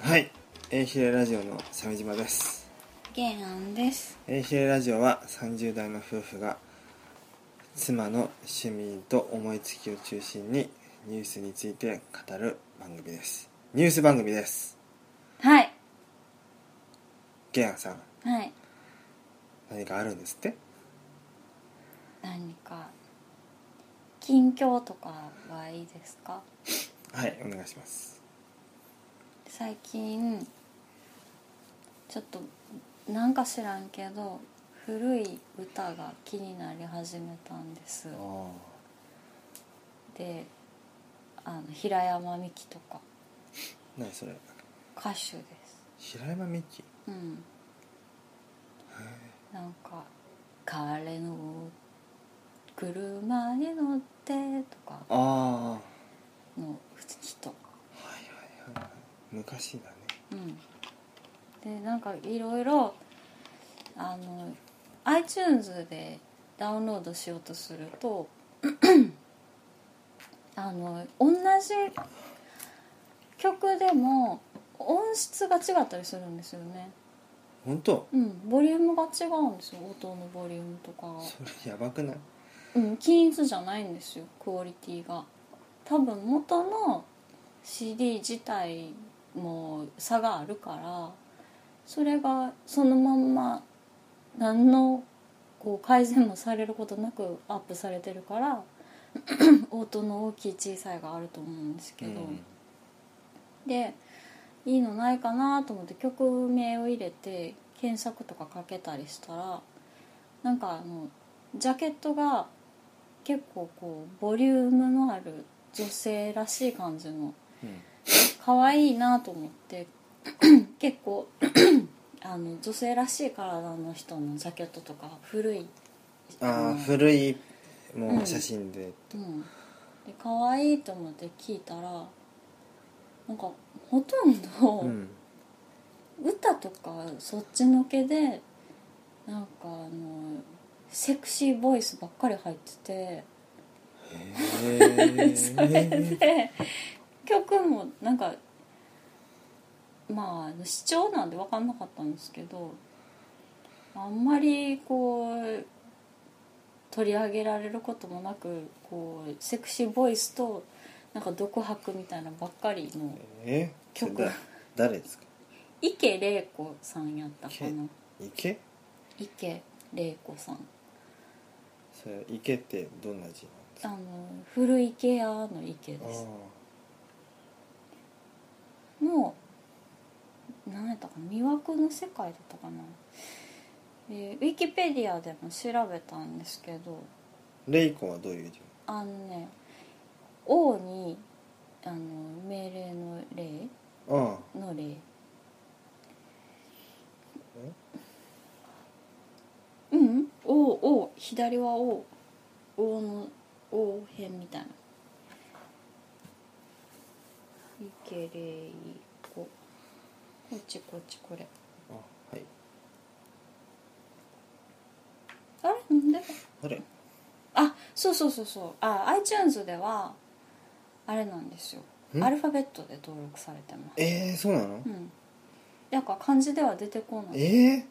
はい、えー、ひれラジオの鮫島です。ゲンアンです。えー、ひれラジオは30代の夫婦が妻の趣味と思いつきを中心にニュースについて語る番組です。ニュース番組です。はい。ゲアンさん、はい。何かあるんですって何か。近況とかはいいですか。はい、お願いします。最近。ちょっと。なんか知らんけど。古い歌が気になり始めたんですあ。ーで。あの平山美希とか。何それ歌手です。平山美希うん。なんか。彼の。車に乗ってとか。ああはいの人、はいはい昔だねうん、でなんかいろいろあの iTunes でダウンロードしようとすると あの同じ曲でも音質が違ったりするんですよね、本当うん、ボリュームが違うんですよ音のボリュームとかが。それやばくないうん、均一じゃないんですよクオリティが多分元の CD 自体も差があるからそれがそのまんま何のこう改善もされることなくアップされてるから 音の大きい小さいがあると思うんですけど、うんでいいのないかなと思って曲名を入れて検索とかかけたりしたらなんかあのジャケットが結構こうボリュームのある女性らしい感じのうん可愛いなと思って 結構 あの女性らしい体の人のジャケットとか古いああの古いもう写真で、うん、で可愛いと思って聞いたらなんかほとんど、うん歌とかそっちのけでなんかあのセクシーボイスばっかり入ってへて それえで曲もなんかまあ視聴なんで分かんなかったんですけどあんまりこう取り上げられることもなくこうセクシーボイスとなんか独白みたいなばっかりのえそれ曲だ誰ですか池玲子さんやったかな池池玲子さんそれ池ってどんな字なんですあかの古池屋の池あですの何やったかな魅惑の世界だったかな、えーウィキペディアでも調べたんですけどーレイコはどういう字あのね王にあの命令の霊あの霊うん王王左は王王の王編みたいな池霊子こっちこっちこれああはいあれなんであれあそうそうそうそうあ iTunes ではあれなんですよんアルファベットで登録されてますえー、そうなのうんなんか漢字では出てこないえ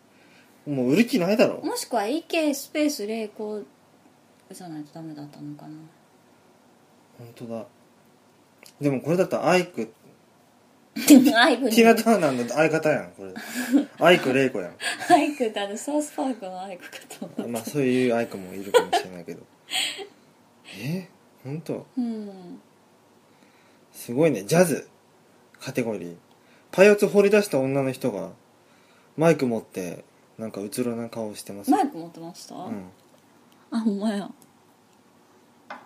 ー、もう売る気ないだろもしくは EK スペース0個じゃないとダメだったのかな 本当だでもこれだったらアイクアイクテにィラ・ターナーの相方やんこれアイク・レイコやんアイクだってサウスパークのアイクかと思うまあそういうアイクもいるかもしれないけどえー、本当うんすごいねジャズカテゴリーパイオツ掘り出した女の人がマイク持ってなんかうつろな顔してますマイク持ってました、うんあほんまや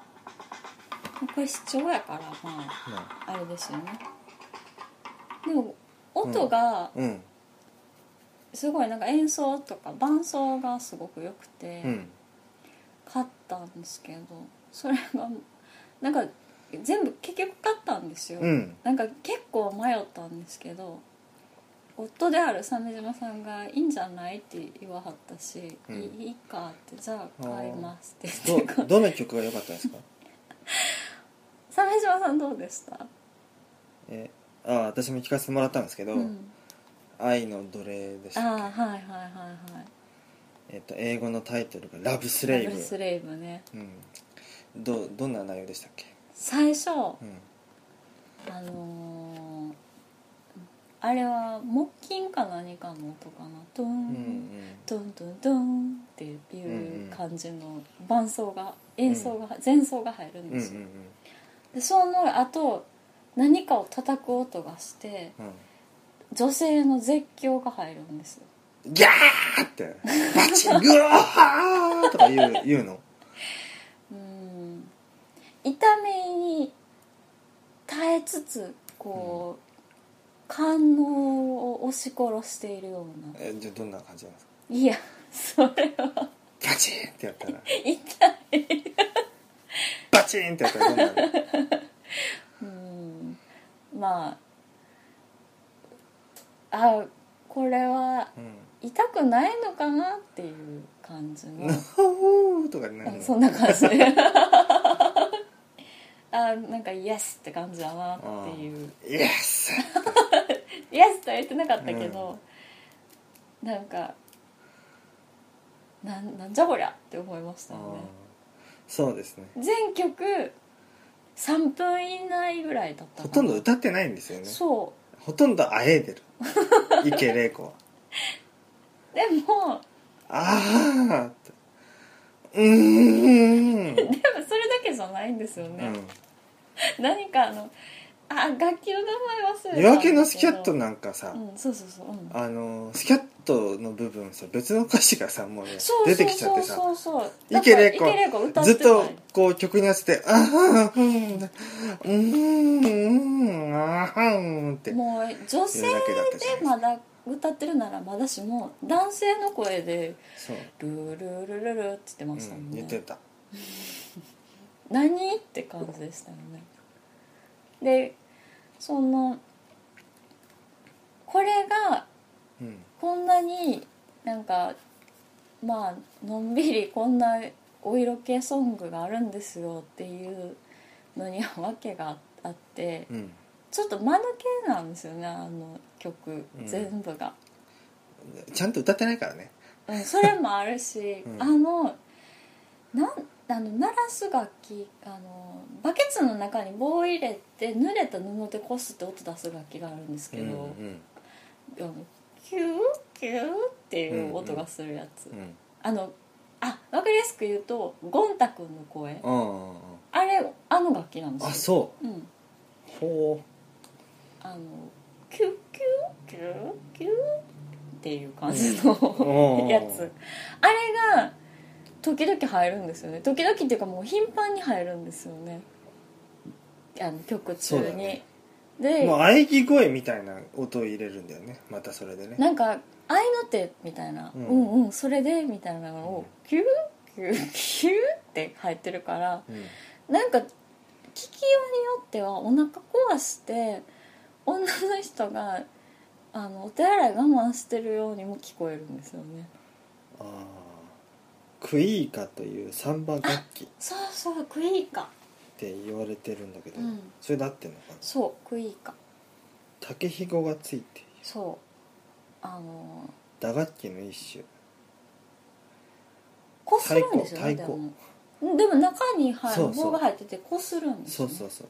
これ視聴やからまあまあれですよねでも音があうんすごいなんか演奏とか伴奏がすごく良くてうん買ったんですけどそれがなんか全部結局買ったんですよ、うんなんか結構迷ったんですけど夫である鮫島さんが「いいんじゃない?」って言わはったし「うんいいいいか」って「じゃあ買います」って言ってどどの曲が良かったですか 鮫島さんどうでした、えあ私も聞かせてもらったんですけど「うん、愛の奴隷」でしああたっはいはいはいはいけ、えっと英語のタイトルが「ラブスラレイブブ」スレイブねうん、どどんな内容でしたっけ、最う初ん、あのーあれは木琴か何かの音かなドーン、うんうんドンドンドンってんいううん感じの伴奏が演奏が前奏が入るうんんうでんすよ、でその後何かを叩く音がしてうん女性の絶叫が入るんですようんギャーってバチングワーとか言う言うのうん痛みに耐えつつこう官能を押し殺しているようなえじゃあどんな感じなんですかいや それはバチンってやったら痛いバチンってやったらどうなるうんまああこれはう痛くないのかなっていう感じのんノーとかになるの そんな感じあなんかイエスって感じだなっていうイエスイエスとは言ってなかったけど、なんかなんなんじゃこりゃって思いましたよねそうですね全曲3分以内ぐらいだったかほなとんど歌ってないんですよねそうほとんどあえいでる池玲子はでもああってうーん、でもそれだけじゃないんですようね、ん何かあのあ楽器の名前忘れたんだけど夜明けのスキャットなんかさ、うんそうそうそう、うん、あのスキャットの部分さ別の歌詞がさもうねそう出てきちゃってさそうそうそうそう池玲子だから池玲子歌ってずなっいとこう曲に合わせて「あはんうんうーんあはん」ってもう女性でまだ歌ってるならまだしも男性の声でそう、 「ルルルルル」って言ってうましたもんん、ね、言ってた何って感じでしたよねでそのこれがうんこんなになんかまあのんびりこんなお色気ソングがあるんですよっていうのには訳があってうんちょっと間抜けなんですよねあの曲うん全部が、ちゃんと歌ってないからねうんそれもあるし、うんあのなんあの鳴らす楽器あのバケツの中に棒を入れて濡れた布でこすって音出す楽器があるんですけど、うんあのキューキューっていう音がするやつ、うんうんあのあわかりやすく言うとゴン太くんの声あーあれあの楽器なんであすそようんうほあのキューキューキューキューっていう感じのうんやつあれが時々入るんですよね時々っていうかもう頻繁に入るんですよねあの曲中そうだに、ねうでもう喘ぎ声みたいな音を入れるんだよねまたそれでねなんか「愛の手」みたいな「ううんん、うんそれで」みたいなのをキューキューキューって入ってるからうんなんか聞きようによってはお腹壊して女の人があのお手洗い我慢してるようにも聞こえるんですよねあークイーカという三番楽器っそうそうクイーカて言われてるんだけど、うんそれで合ってんのかなそうクイーカ竹ひごがついているそうあの打楽器の一種こするんですよね太で鼓もでも中に入そうそう棒が入っててこするんですそようねそうそう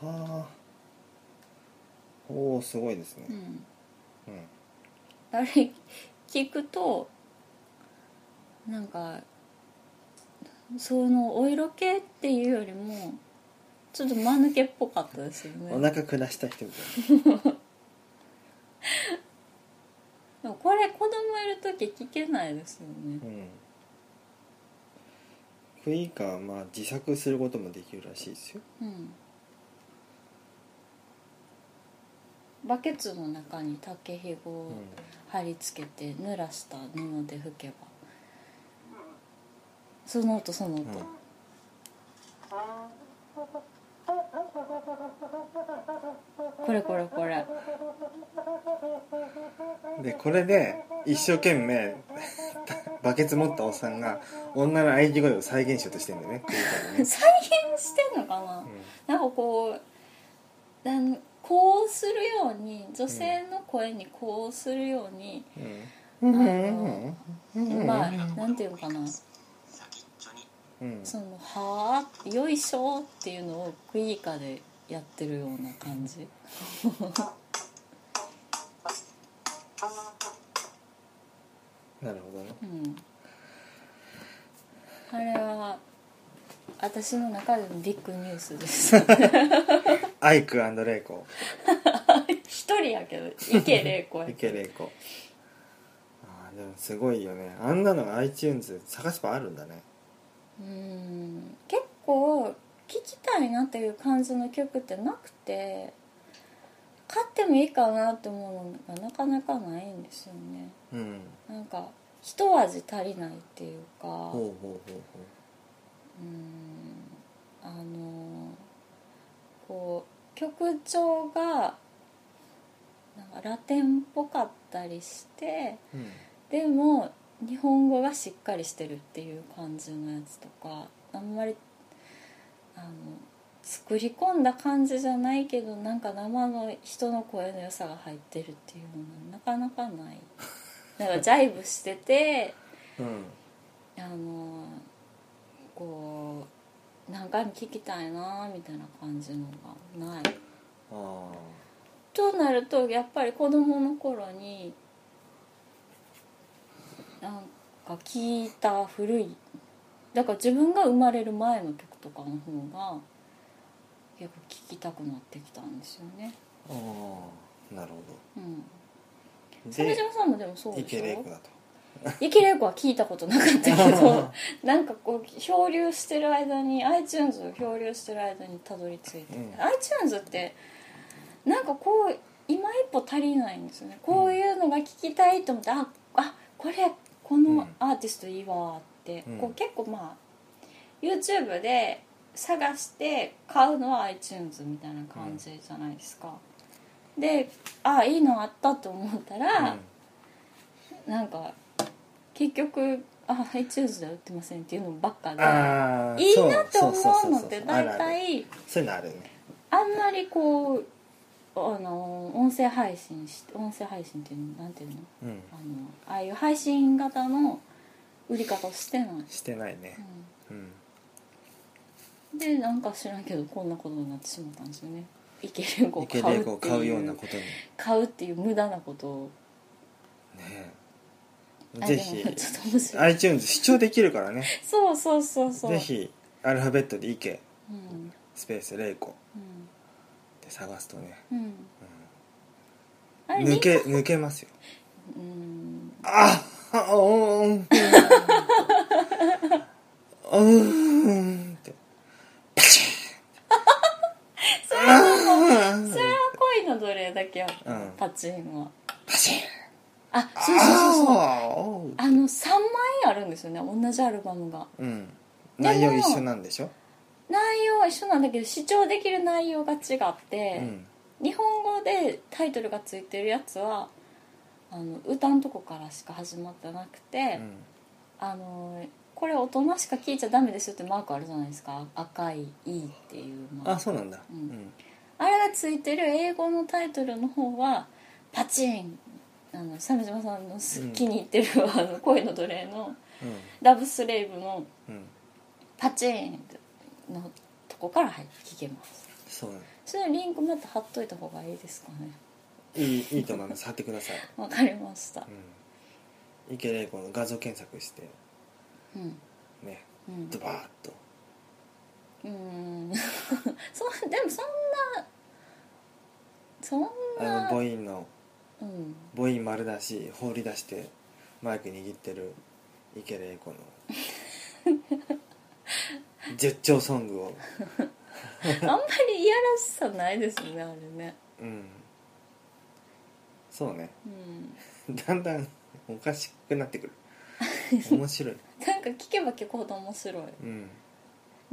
そうはあおおすごいですねうんうん、あれ聞くとなんかそのお色気っていうよりもちょっと間抜けっぽかったですよおね腹下した人みたいでもこれ子供いる時聞けないですよねな、うん、クイーカはまあ自作することもできるらしいですようんバケツの中に竹ひごうをん貼り付けて濡らした布で拭けばその音そのう音、んこれこれこれでこれで一生懸命 バケツ持ったおっさんが女の喘ぎ声を再現しようとしてんだよねっていうからね、再現してんのかな、なんかこうあのこうするように女性の声にこうするように、うんうんうんまあなんていうのかなうんその「はあ」って「よいしょ」っていうのをクイーカでやってるような感じなるほどねうんあれは私の中でのビッグニュースですアイクレイコ一人やけど池 玲子やけど池レイコあーでもすごいよねあんなの iTunes 探せばあるんだねうん結構聴きたいなっていう感じの曲ってなくて買ってもいいかなって思うのがなかなかないんですよねうんなんか一味足りないっていうかほうほうほうほうんあのこう曲調がなんかラテンっぽかったりしてううんでも日本語がしっかりしてるっていう感じのやつとかあんまりあの作り込んだ感じじゃないけどなんか生の人の声の良さが入ってるっていうのはなかなかないなんかジャイブしてて うんあのこう何回も聴きたいなみたいな感じのがないあとなるとやっぱり子供の頃になんか聞いた古いだから自分が生まれる前の曲とかの方が結構聴きたくなってきたんですよね、ーあーなるほうん、ど鮫島さんもでもそうでし池レイょコだと池玲子は聞いたことなかったけど なんかこう漂流してる間に iTunes を漂流してる間にたどり着いて、うん iTunes ってなんかこう今一歩足りないんですよねこういうのが聞きたいと思って、ああこれこうんのアーティストいいわって、うんこう結構まあ YouTube で探して買うのは iTunes みたいな感じじゃないですか、であいいのあったと思ったら、なんか結局あ iTunes では売ってませんっていうのばっかうんであーいいそなそとそ思うのそそってう大あるある体そういうのあるねあんまりこうあの音声配信し音声配信っていうのなんていうのうんあのああいう配信型の売り方をしてない、してないねうんうん、でなんか知らんけどこんなことになってしまったんですよねイケレンコを池買レイうコをって買ういよううなことに買うっていう無駄なことをねあぜでひもちょっと面白い iTunes 視聴できるからねそうそうそうそうぜひアルファベットで「池うん」スペース「レイコうん」で探すとね、うんあうんれ抜け抜けますようんああおーんおーんってパチそれはーンそれは恋の奴隷だけやった、うんパチンはパシンああそうそうそうそうーおーあの3枚あるんですよね同じアルバムがうんも内容一緒なんでしょ、内容は一緒なんだけど視聴できる内容が違ってう、ん、日本語でタイトルがついてるやつはあの歌のとこからしか始まってなくうて、んあのこれ大人しか聴いちゃダメですよってマークあるじゃないですか赤い「E」っていうマーあクそうなんだ、ううんんあれがついてる英語のタイトルの方は「パチン」あの鮫島さんの好きに入ってる、あの恋の奴隷のうん「ラブスレイブ」のうん、 「パチン」のとこから入って聞けますそうなんだそれリンクまた貼っといた方がいいですかねいいいいと思います貼ってください、わかりましたうん、池玲子の画像検索してうんねうんドバーッとうん そうでもそんなそんあのな母音のうん母音丸出し放り出してマイク握ってる池玲子の絶頂ソングを、あんまりいやらしさないですねあれねうん、そうねうんだんだんおかしくなってくる面白い、なんか聞けば聞くほど面白いうん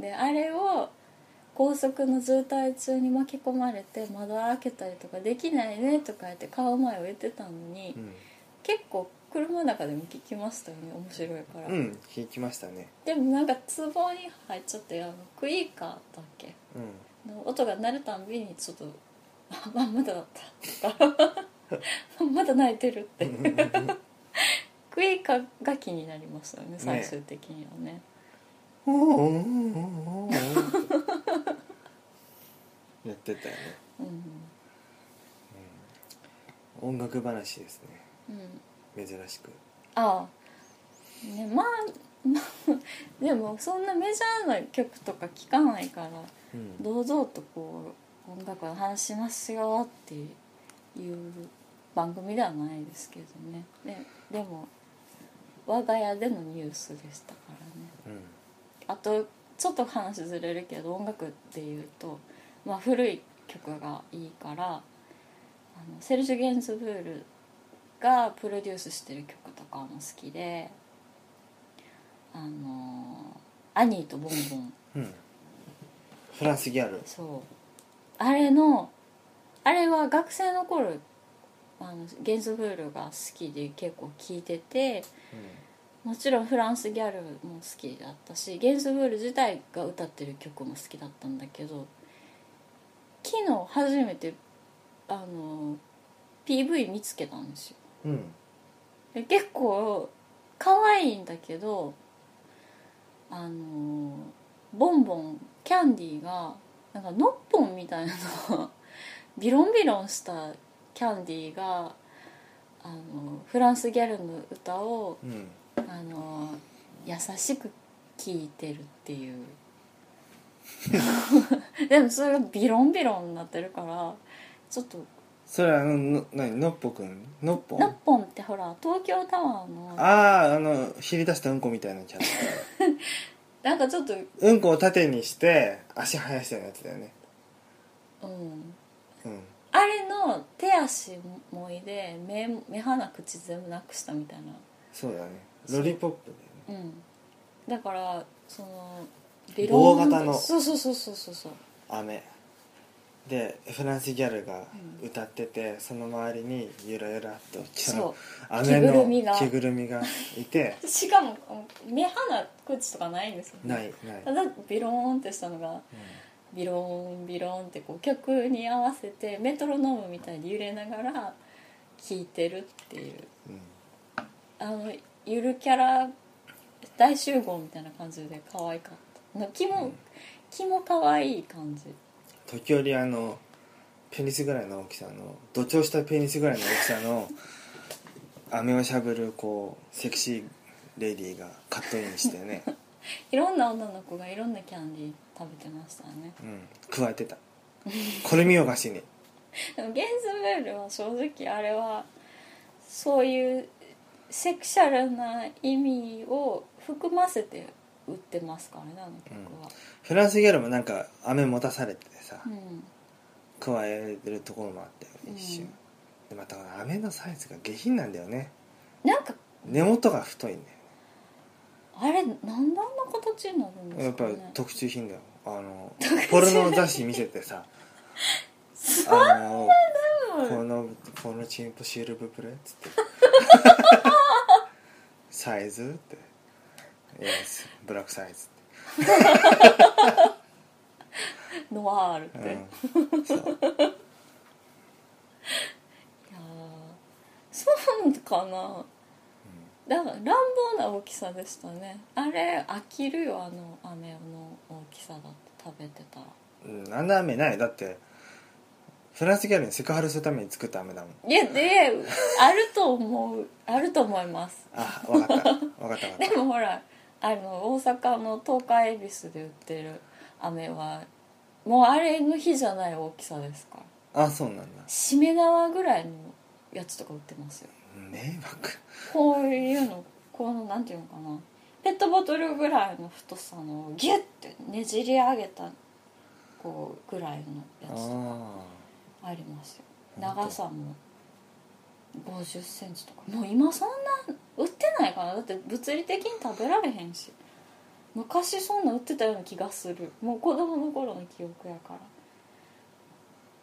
であれを高速の渋滞中に巻き込まれて窓開けたりとかできないねとか言って顔前を言ってたのに、うん、結構車の中でも聞きましたよね面白いから、うん、聞きましたねでもなんか壺に入っちゃってあのクイーカーだっけうの音が鳴るたんびにちょっと 「あまあまだだった」とか 「まだ泣いてる」ってんクイーカーが気になりましたよね最終的にはねやってたよねうん音楽話ですねうん珍しくああねまあまあ でもそんなメジャーな曲とか聴かないからうん堂々とこう音楽の話しますよっていう番組ではないですけどねねでも我が家でのニュースでしたからねうんあとちょっと話ずれるけど音楽っていうと、まあ、古い曲がいいからあのセルジュ・ゲンズブールがプロデュースしてる曲とかも好きで「あのアニーとボンボンうんフランスギャル」そうあれのあれは学生の頃あのゲンズブールが好きで結構聴いててもちろんフランスギャルも好きだったしゲンズブール自体が歌ってる曲も好きだったんだけど昨日初めてあの PV 見つけたんですようんうんで結構可愛いんだけどあのボンボンキャンディーがなんかノッポンみたいなのビロンビロンしたキャンディーがあのフランスギャルの歌をうんあの優しく聞いてるっていう でもそれがビロンビロンになってるからちょっとそれはあのの何のっぽくんのっぽんナッポンってほら東京タワーのあああのひり出したうんこみたいなキャラ なんかちょっとうんこを縦にして足生やしたようなやつだよねうんうんあれの手足もいで目目鼻口全部なくしたみたいなそうだねそうロリポップだよねうんだからそのビ棒型のそうそうそうそうそうそう雨でフランスギャルが歌ってて、その周りにゆらゆらっとそ雨着ぐのるみが着ぐるみがいてうしかも目鼻口とかないんですよねないない、ただビローンってしたのがうビローンビローンってこう曲に合わせてメトロノームみたいに揺れながら聴いてるっていううんんあのゆるキャラ大集合みたいな感じで可愛かったの気も、うん気も可愛い感じ時折あのペニスぐらいの大きさの土調したペニスぐらいの大きさの飴をしゃぶるこうセクシーレディーがカットインして ね、いろんな女の子がいろんなキャンディー食べてましたねうん、加えてたこれ見よがしにでもゲンズブールは正直あれはそういうセクシャルな意味を含ませて売ってますからねあの曲は。フランスギャルもなんか飴持たされてさ、うん加えてるところもあったよ一瞬、うんでまたこの飴のサイズが下品なんだよねなんか根元が太いんだよあれなんであんな形になるんねでやっすかぱねり特注品だよあのポルノ雑誌見せて さあのこのこのチンポシルブプレっつって サイズって「イエスブラックサイズ」ノワールって、っいてや、うん、そうーそうかな、だから乱暴な大きさでしたねあれ飽きるよあの飴の大きさだと食べてたらうん、あんな飴ないだってフランスギャルにセクハラするために作った飴だもんいやであると思うあると思いますあわかったわかったわかったでもほらあの大阪の東海恵比寿で売ってる飴はもうあれの日じゃない大きさですからあそうなんだしめ縄ぐらいのやつとか売ってますよ迷惑こういうのこのなんていうのかなペットボトルぐらいの太さのギュッてねじり上げたこうぐらいのやつとあかありますよあ長さも5 0ンチとかもう今そんな売ってないかなだって物理的に食べられへんし昔そんな売ってたような気がするもう子供の頃の記憶やから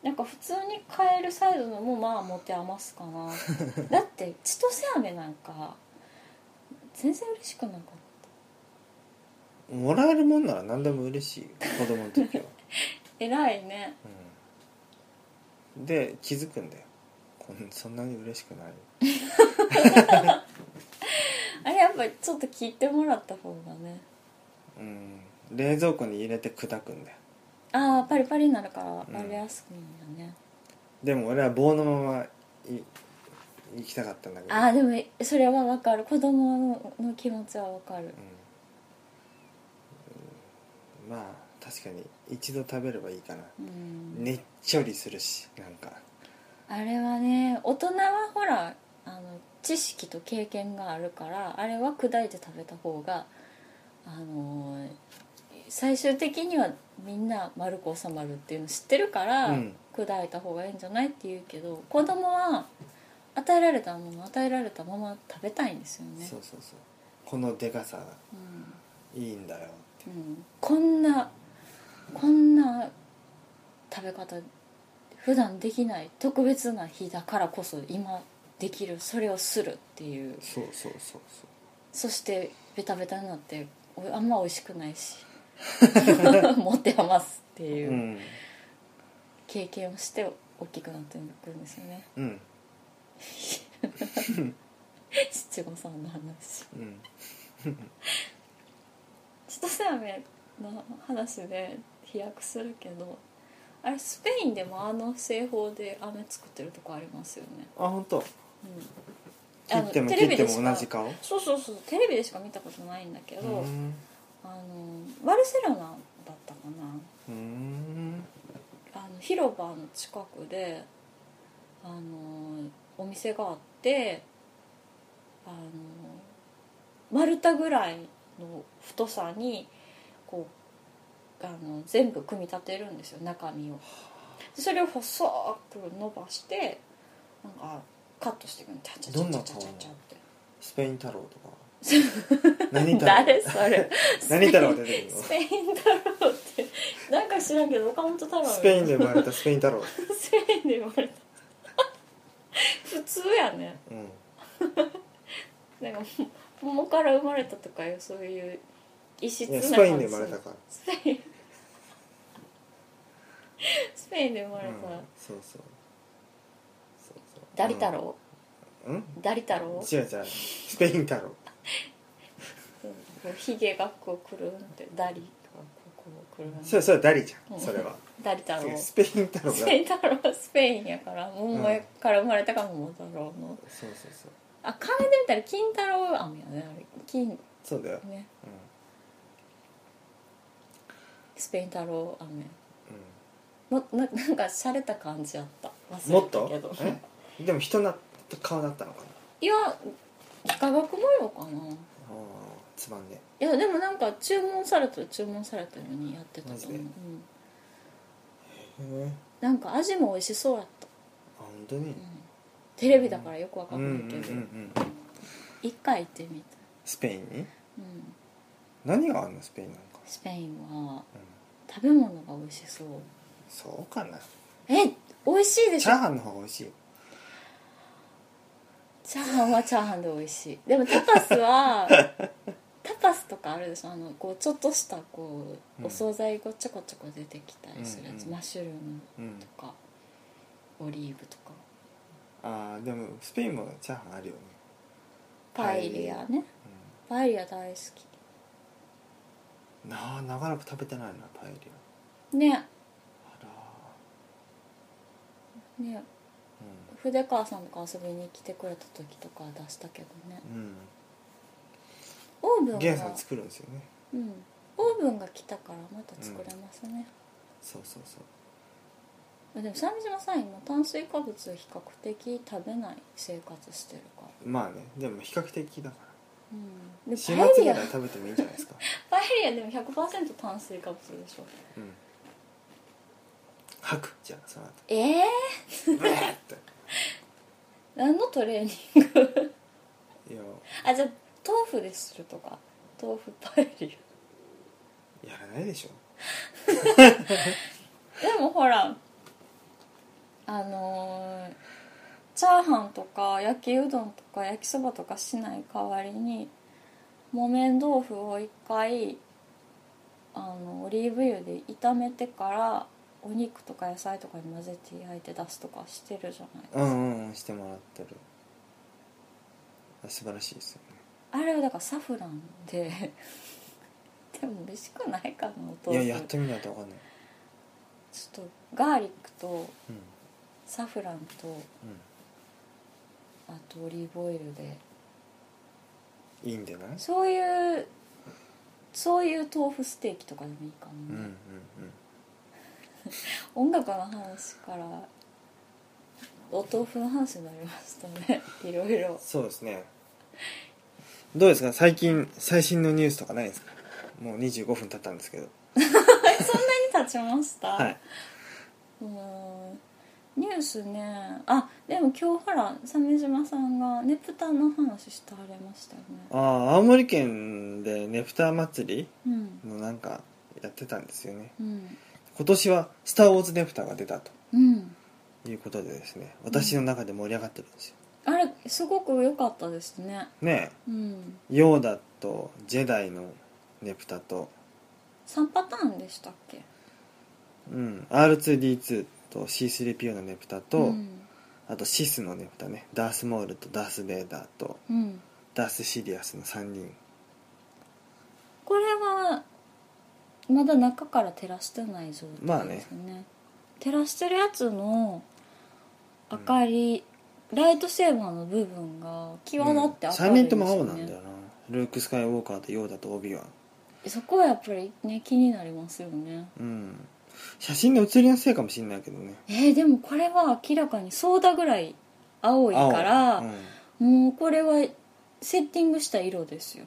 なんか普通に買えるサイズのもまあ持て余すかなだって千歳飴なんか全然嬉しくなかったもらえるもんなら何でも嬉しいよ子供の時は、偉いねうん、で気づくんだよこんそんなに嬉しくないあれやっぱちょっと聞いてもらった方がねうん冷蔵庫に入れて砕くんだよああパリパリになるから食べやすくいいんだね、でも俺は棒のままい行きたかったんだけどああでもそれはわかる子供の気持ちはわかるうんうんまあ確かに一度食べればいいかなうんねっちょりするしなんかあれはね大人はほらあの知識と経験があるからあれは砕いて食べた方があのー最終的にはみんな丸く収まるっていうの知ってるから、うん砕いた方がいいんじゃないって言うけど子供は与えられたもの与えられたまま食べたいんですよねそうそうそうこのでかさうんいいんだよってうんこんなこんな食べ方普段できない特別な日だからこそ今できるそれをするっていうそうそうそうそうそしてベタベタになっておあんま美味しくないし 持て余すってういうん経験をして大きくなってくるんですよねうん七五三の話うん千歳飴の話で飛躍するけどあれスペインでもあの製法で飴作ってるとこありますよねあ本当うん切あっのてもテ切レっビてでしかも同じ顔そうそうそうテレビでしか見たことないんだけど、うんあのバルセロナだったかうんなあの広場の近くであのお店があってあの丸太ぐらいの太さにこうあの全部組み立てるんですよ中身をでそれを細く伸ばしてなんかカットしていくのチャチャチャチャチャチャチャってスペイン太郎 とか何太郎誰それ 何太郎出てくるスペイン太郎ってなんか知らんけど岡本太郎のスペインで生まれたスペイン太郎スペインで生まれた普通やねうんなんかもう桃から生まれたとかいうそういう異質いやなスペインで生まれたからスペインスペインで生まれうんた、そうそうそうそうダリ太郎、うんうんダリ太郎違う違うスペイン太郎うんヒゲがこうくるんってダリがこうくるんそれそれダリじゃうんんそれはダリ太郎スペイン太郎がスペイン太郎はスペインやから桃から生まれたから桃太郎のそうそうそうあ考えてみたら金太郎飴やねあれ金そうだよねうんスペイン太郎飴うんもななんか洒落た感じやった忘もれったとけどえでも人な顔だったのかないや幾何学模様かなあいあつばんでやでもなんか注文されたら注文されたようにやってたとマジ思でう、うん、へえなんか味も美味しそうやった、あ本当にうん、テレビだからよくわかうんうんんないけうんうどん一回行ってみた、スペインにうん、何があんのスペインなんかスペインはうん食べ物が美味しそうそうかなえ美味しいでしチょャーハンの方が美味しいよチャーハンはチャーハンで美味しいでもタパス はタパスとかあるでしょあのこうちょっとしたこううんお惣菜がちょこちょこ出てきたりするやつ、うんうんマッシュルームうんとかオリーブとかああでもスペインもチャーハンあるよねパエリアねパエリア大好うんなあ長らく食べてないなパエリきねアあらねうん筆川さんとか遊びに来てくれた時とかは出したけどねオーブうンん、ゲンさがん、作るんですよねうん、オーブンが来たからまた作れますね、そうそうそうでも鮫島さん今炭水化物を比較的食べない生活してるからまあねでも比較的だからで始末パエぐリアらい食べてもいいんじゃないですか、パエリアでも100%炭水化物でしょうん、吐くじゃあその後ええブレーって何のトレーニング いやあじゃあ豆腐でするとか豆腐パエリやらないでしょでもほらあのーチャーハンとか焼きうどんとか焼きそばとかしない代わりに木綿豆腐を一回あのオリーブ油で炒めてからお肉とか野菜とかに混ぜて焼いて出すとかしてるじゃないうんうんうんしてもらってるあ素晴らしいですよあれはだからサフランで でも美味しくないかなおねい豆腐ややってみないと分かんないちょっとガーリックとうんサフランとあとオリーブオイルでうんいいんじゃないそういうそういう豆腐ステーキとかでもいいかうんうな、ん音楽の話からお豆腐の話になりましたね いろいうんろそうですねどうですか最近最新のニュースとかないですかもう25分経ったんですけど立ちました、はい、うーんニュースねあでも今日ほら鮫島さんがねぷたの話してはれましたよねああ青森県でねぷた祭うんりのなんかやってたんですよねうん今年は「スター・ウォーズ・ネプター」が出たとうんいうことでですね私の中で盛り上がってるんですよ、あれすごく良かったですねねうんえヨーダとジェダイのネプタと、 3パターンでしたっけうん、R2D2 と C3PO のネプタと、うんあとシスのネプタねダース・モールとダース・ベイダーとうん、ダース・シディアスの3人これはまだ中から照らしてない状まあ態ねですよね,、照らしてるやつの明かり、ライトセーバーの部分が際立ってうん明3るい人とですよね、も青なんだよなルーク・スカイ・ウォーカーとヨーダとオビワンそこはやっぱりね気になりますよねうん写真の写りのせいかもしれないけどねえーでもこれは明らかにソーダぐらい青いから、青うんもうこれはセッティングした色ですよ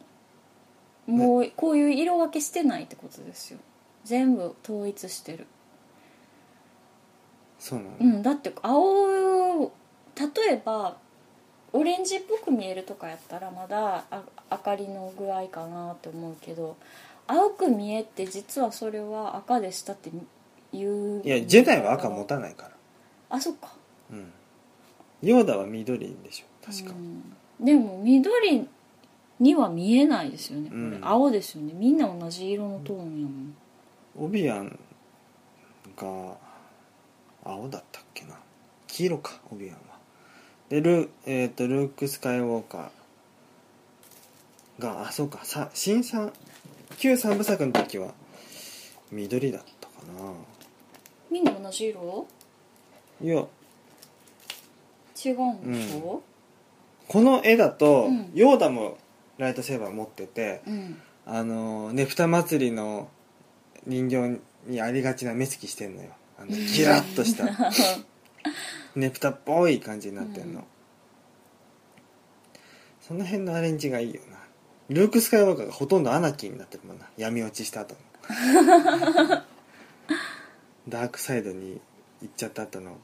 もうこういう色分けしてないってことですよ全部統一してるそうなの、うん、だって青例えばオレンジっぽく見えるとかやったらまだあ明かりの具合かなって思うけど青く見えて実はそれは赤でしたっていういやジェダイは赤持たないからあそっかうんヨーダは緑でしょ確か、うんでも緑には見えないですよねこれ、うん青ですよねみんな同じ色のトーンやもんオビアンが青だったっけな黄色かオビアンはでル,、えー、とルーク・スカイウォーカーがあそうかさ新三旧三部作の時は緑だったかみんな同じ色ないや違うんでしょ、この絵だと、うんヨーダもライトセーバー持っててうんあのねぷた祭りの人形にありがちな目つきしてんのよあのギラッとしたねぷたっぽい感じになってんの、うんその辺のアレンジがいいよなルーク・スカイウォーカーがほとんどアナキーになってるもんな闇落ちした後のダークサイドに行っちゃった後の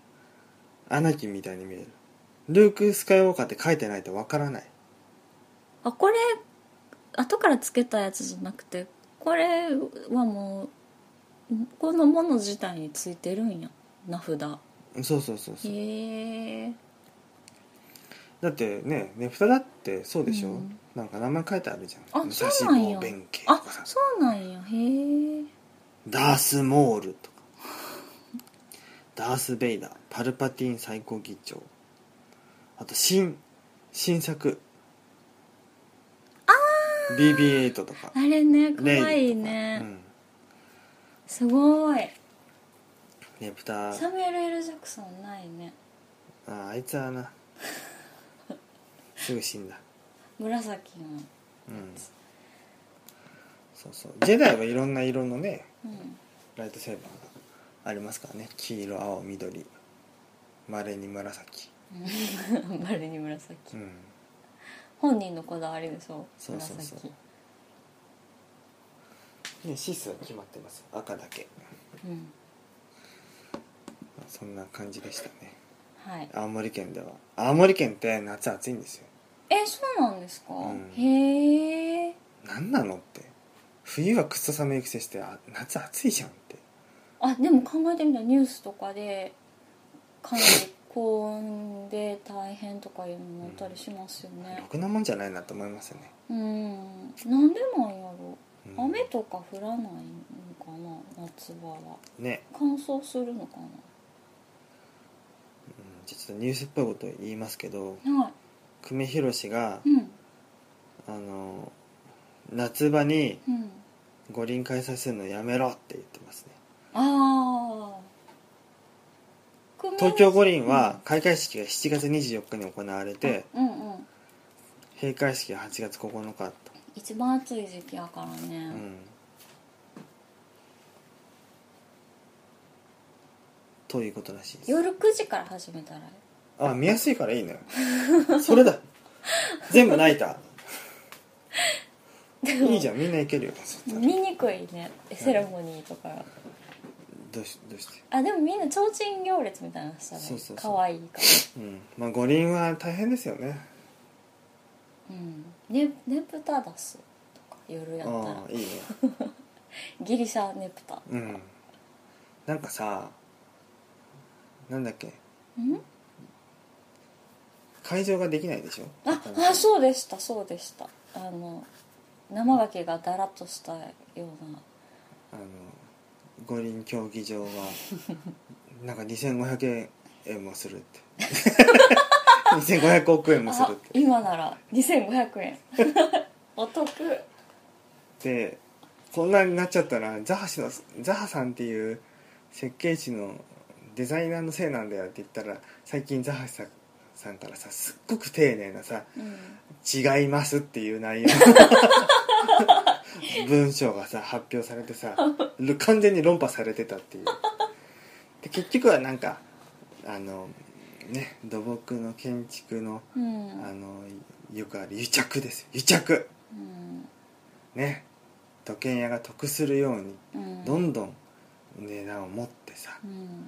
アナキーみたいに見えるルーク・スカイウォーカーって書いてないとわからないあこれ後からつけたやつじゃなくてこれはもうこのもの自体についてるんや名札そうそうそうそうへえだってねねふただってそうでしょ、うんなんか名前書いてあるじゃんあそうなん武蔵坊や弁慶とあかさそうなんやへえダース・モールとかダース・ベイダーパルパティーン最高議長あと新新作 BB8 とかあれねかレイとかわいいうんね、すごいねプタサあミュエル・ L ・ジャクソンないねあいつは なすぐ死んだ紫のうんそうそうジェダイはいろんな色のねうんライトセーバーがありますからね黄色青緑まれに紫丸に紫うん本人のこだわりでしょそうそうそう紫ねシスは決まってます赤だけうんまあそんな感じでしたねはい青森県では青森県って夏暑いんですよえそうなんですか、うんへえ何なのって冬はくっそ寒いくせしてあ夏暑いじゃんってあでも考えてみたらニュースとかでかなり高温で大変とかいうのもいたりしますよねろくなもんじゃないなと思いますよね、うんなんでなんやろうん雨とか降らないのかな夏場はね、乾燥するのかうん、じゃあちょっとニュースっぽいこと言いますけどなは久米宏がいうんあの夏場にうん五輪開催するのやめろって言ってますねああ東京五輪は開会式が7月24日に行われてうんうんうん閉会式が8月9日と、一番暑い時期やからうねん、ということらしいです夜9時から始めたらいいあ見やすいからいいのよそれだ全部泣いた でもいいじゃんみんな行けるよそしたら見にくいねセレモニーとかがどうしどうしてあでもみんな提灯行列みたいなのしたらそうそうそうかわいいからうんまあ五輪は大変ですよねうんねネプタ出すとか夜やったらああいいねギリシャネプタうんなんかさなんだっけん会場ができないでしょああそうでしたそうでしたあの生ガキがだらっとしたようなあの五輪競技 場はなんか2500円もするって 2500億円もすあるって今なら2500円 お得でこんなになっちゃったらザハ氏のザハさんっていう設計士のデザイナーのせいなんだよって言ったら最近ザハさんさんからさすっごく丁寧なさうん「違います」っていう 内容文章がさ発表されてさる完全に論破されてたっていうで結局はなんかあのね土木の建築のうんあのよくある癒着ですよ癒着うんね土建屋が得するようにうんどんどん値段を持ってさうん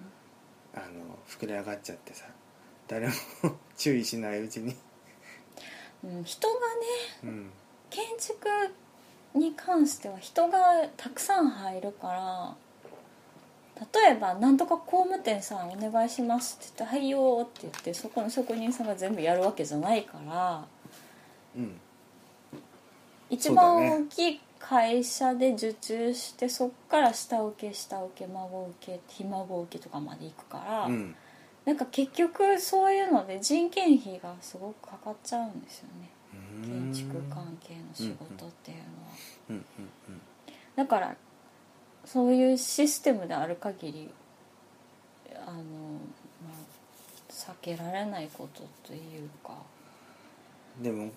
あの膨れ上がっちゃってさ誰も 注意しないうちに、うん人がねうん、建築に関しては人がたくさん入るから例えば「なんとか工務店さんお願いします」って言って「はいよ」って言ってそこの職人さんが全部やるわけじゃないからうん、一そうだね番大きい会社で受注してそっから下請け下請け孫請けひ孫請けとかまで行くから、うん、なんか結局そういうので人件費がすごくかかっちゃうんですよね建築関係の仕事っていうのは。うんうんだからそういうシステムである限りあの、まあ、避けられないことというかうんでも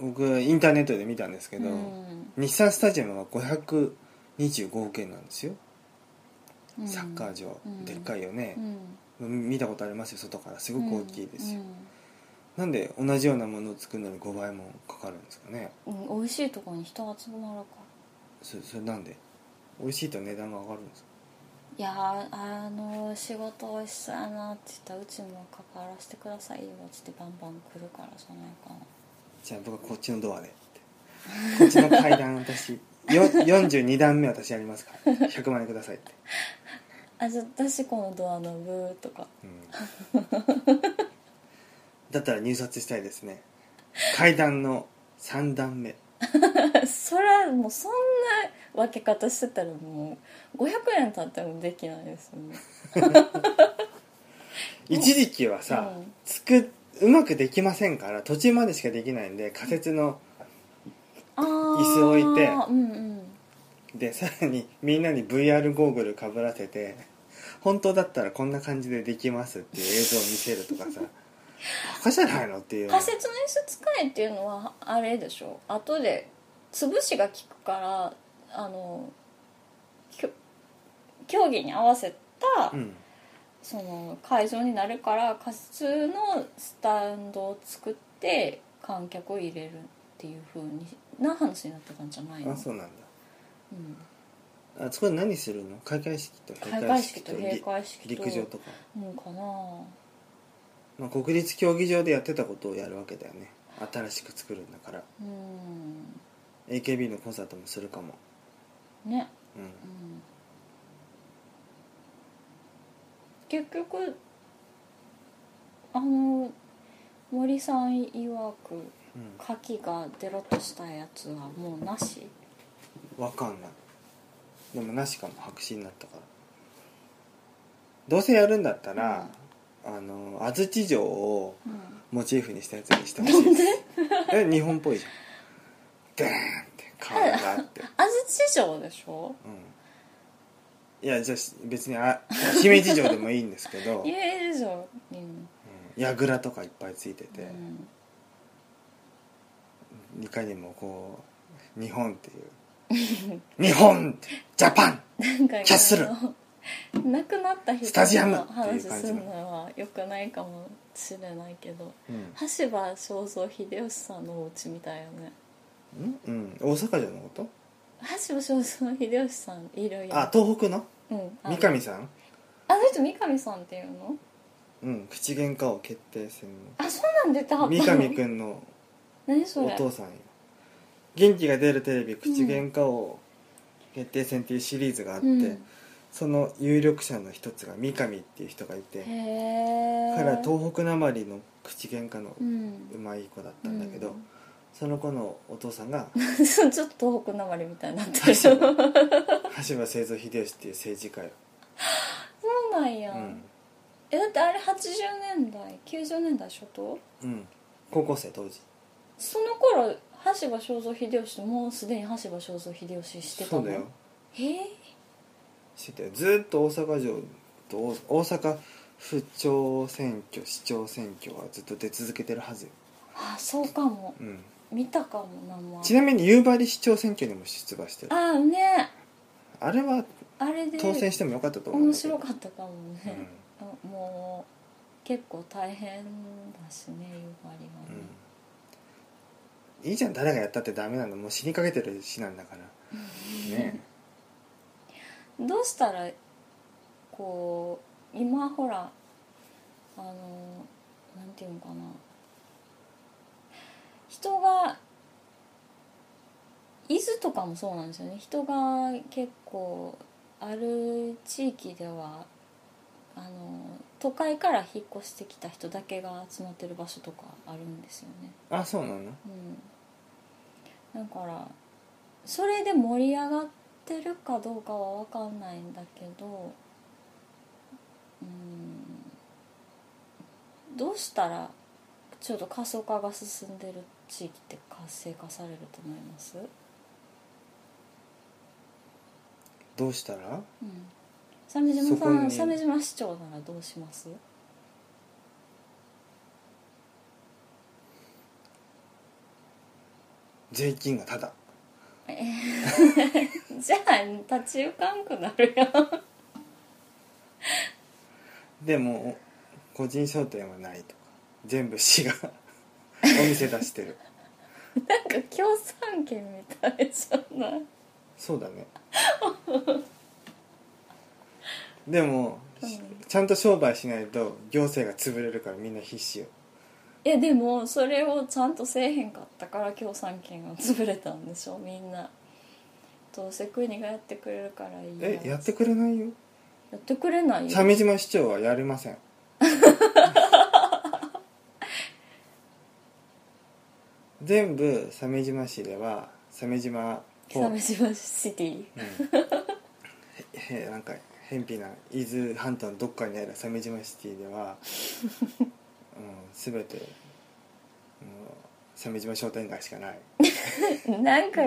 僕インターネットで見たんですけど、うん日産スタジアムは525億円なんですよ、うんサッカー場、うんでっかいよねう、ん見たことありますよ外からすごく大きいですよ、うなんで同じようなものを作るのに5倍もかかるんですかねんうん美味しいところに人が集まるからそそれなんで美味しいと値段が上がるんですかいやーあの仕事美味しそうやなって言ったらうちも関わらせてくださいよっつってバンバン来るからじゃないかなじゃあ僕はこっちのドアで ってこっちの階段私よ42段目私やりますから100万円くださいって、あじゃあ私このドアノブとかうんだったら入札したいですね階段の3段目それはもうそんな分け方してたらもう500円経ってもできないですよね一時期はさ、うんつくうまくできませんから途中までしかできないんで仮設のあ椅椅子置いてうんうんでさらにみんなに VR ゴーグルかぶらせて本当だったらこんな感じでできますっていう映像を見せるとかさバカじゃないのっていう仮設の椅子使えっていうのはあれでしょ後で潰しが効くからあのきょ競技に合わせた、うんその会場になるから仮設のスタンドを作って観客を入れるっていう風にな話になってたんじゃないのあそうなんうんだあそこで何するの開会式と開会式と閉会式とり陸上とか、うんかなまあ、国立競技場でやってたことをやるわけだよね新しく作るんだからうん AKB のコンサートもするかもねうんうん結局あの森さん曰くうん牡蠣がデロッとしたやつはもうなしわかんないでもなしかも白紙になったからどうせやるんだったら、あの安土城をうんモチーフにしたやつにしてほしいです え日本っぽいじゃんドーンって顔があって安土城でしょうんいやじゃあし別にあ姫路城でもいいんですけ ど、うん有名でしょうん櫓とかいっぱいついてうて、んいかにもこう日本っていう日本ジャパンなんかキャッスルあの 亡くなった人スタジアムのってい話う感すじるののはよくないかもしれないけどうん羽柴正蔵秀吉さんのお家みたいよねんうん、大阪城のこと羽柴正蔵秀吉さんいるよあ東北のうんあの三上さんあの人三上さんっていうのうん口喧嘩を決定戦のあそうなんでた三上くんの 何そおれ父さんよ元気が出るテレビ口喧嘩を決定戦っていうシリーズがあって、うんその有力者の一つが三上っていう人がいてへえから東北なまりの口喧嘩のうんうまい子だったんだけど、その子のお父さんがうん そうちょっと東北なまりみたいになってるそう羽柴製造秀吉っていう政治家よ、なんや、うんえだってあれ80年代90年代初頭うん、高校生当時その頃羽柴正蔵秀吉ってもうすでに羽柴正蔵秀吉してたそのうだよへえしてたよずーっと大阪城と大大阪府庁選挙市長選挙はずっと出続けてるはずよ、あそうかもうん、見たかも名前ちなみに夕張市長選挙にも出馬してるあああねれはあれで当選してもよかったと思うん面だけど白かったかもね、あもう結構大変だしね夕張はね、うん、いいじゃん誰がやったってダメなんだもう死にかけてる市なんだからねどうしたらこう今ほらあのなんていうのかな人が伊豆とかもそうなんですよね人が結構ある地域ではあの都会から引っ越してきた人だけが集まってる場所とかあるんですよね。あそうなのうん、だからそれで盛り上がってるかどうかは分かんないんだけどうんどうしたらちょっと過疎化が進んでる地域って活性化されると思います、どうしたらうん、鮫島そこさんに鮫島市長ならどうします 税金がただじゃあ立ち行かんくなるよ でも個人商店はないとか全部市がお店出してるなんか共産権みたいじゃないそうだねでも、うんちゃんと商売しないと行政が潰れるからみんな必死よいやでもそれをちゃんとせえへんかったから共産権が潰れたんでしょみんなどうせ国がやってくれるからいいえややってくれないよやってくれないよ鮫島市長はやりません全部鮫島市では鮫島を、う鮫島シティんへへなんか偏僻な伊豆半島のどっかにある鮫島シティでは、うん、全て、うん、鮫島商店街しかない なんか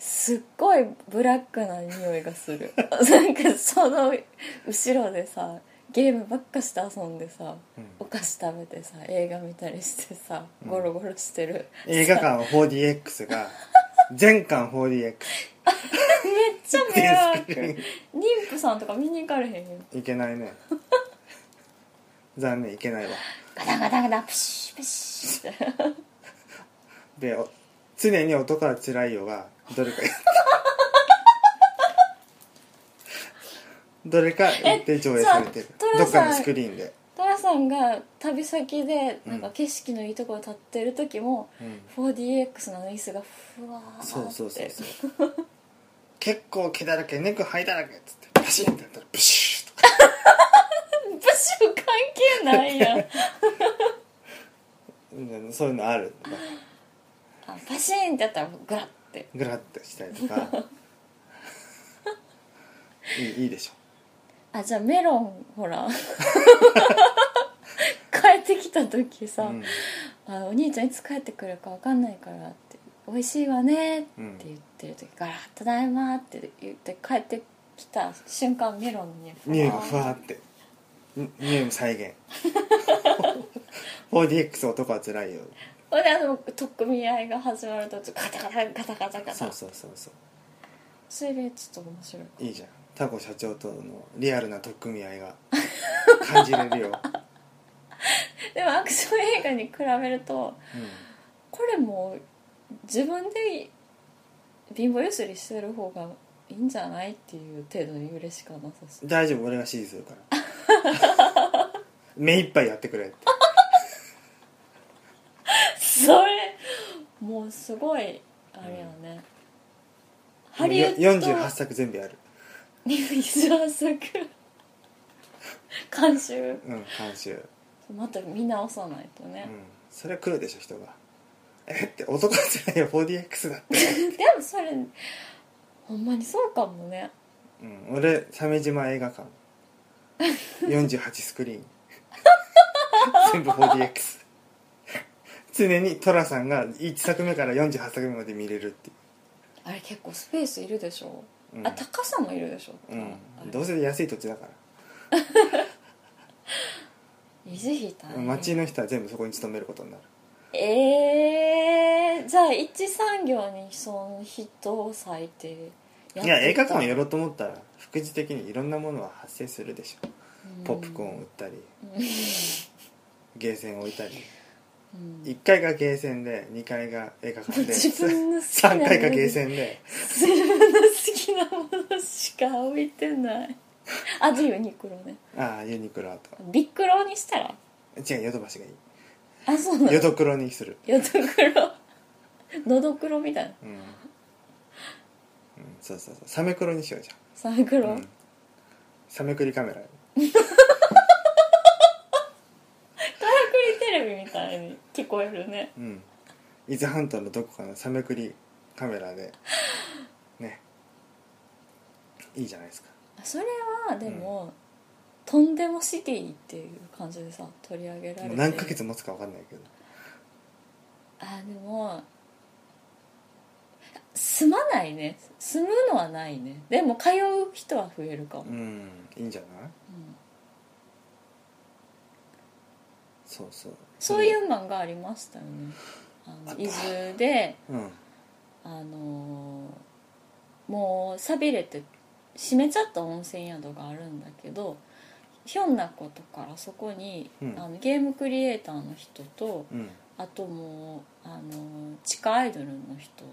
すっごいブラックな匂いがする なんかその後ろでさゲームばっかして遊んでさ、うんお菓子食べてさ映画見たりしてさうんゴロゴロしてる、映画館は 4DX が全館 4DX めっちゃ 迷惑妊婦さんとか見に行かれへんよいけないね残念いけないわガタガタガタプシュプシュってでお常に男はつらいよがどれかどれかで上映されてるえじゃどあっかのスクリーンで、トラさんが旅先でなんかうん景色のいいところ立ってる時も、うん 4DX の椅子がふわーってそうそうそうそう結構毛だらけ猫灰だらけっつってパシンってやったらブシューとか部署関係ないやんうんそういうのあるあパシーンってやったらグラッてグラッとしたりとかいいいいでしょあじゃあメロンほ ら帰ってきた時さ、うんあのお兄ちゃんいつ帰ってくるか分かんないからって「美味しいわね」って言ってる時「ガラッただいま」って言って帰ってきた瞬間メロンに匂いがふわーってに匂いも再現 4DX 男は辛いよほんであの取っ組み合いが始まるとガタガタガタガタガタそうそうそうそうそれでちょっと面白いいいじゃんタコ社長とのリアルな取っ組み合いが感じれるよ、でもアクション映画に比べるとう、これもう自分で貧乏ゆすりしてる方がいいんじゃないっていう程度に嬉しかなさそうん大丈夫俺が指示するから目いっぱいやってくれってそれもうすごいあれやね、ハリウッド48作全部やる28作 監修うん監修また見直さないとうんね、それは来るでしょ人がえって男は辛いよ 4DX だって、でもそれほんまにそうかもねうん、俺鮫島映画館48スクリー ン全部 4DX 常に寅さんが1作目から48作目まで見れるっていあれ結構スペースいるでしょ、う、うんあ高さもいるでしょ、うん、どうせ安い土地だか維持費大ら変町の人は全部そこに勤めることになるえー、じゃあ一産業にその人を割いてやっていや映画館をやろうと思ったら副次的にいろんなものは発生するでしょポップコーンを売ったりゲーセンを置いたりうんうん1階がゲーセンで2階が映画館で自分の好きな3階がゲーセンで自分の好きなものしか置いてないあとユニクロねああユニクロあとビックロにしたら違うヨドバシがいいあそうなのヨよドクロにするどくろ のどくろみたいなうん、うん、そうそうそうサメクロにしようじサンクゃロ、ん、うん、サメクリカメラカラクリテレビみたいに聞こえるねうん伊豆半島のどこかのサメクリカメラでねいいじゃないですかそれはでも、とんでもシティっていう感じでさ取り上げられもてう何ヶ月持つか分かんないけどあでも住まないね住むのはないねでも通う人は増えるかも、ううんんいいんじゃないそうそうそういう漫画ありましたよねああったの伊豆でうんあのーもう寂れて閉めちゃった温泉宿があるんだけどひょんなことからそこに、うんあのゲームクリエイターの人とうんあともうあの地下アイドルの人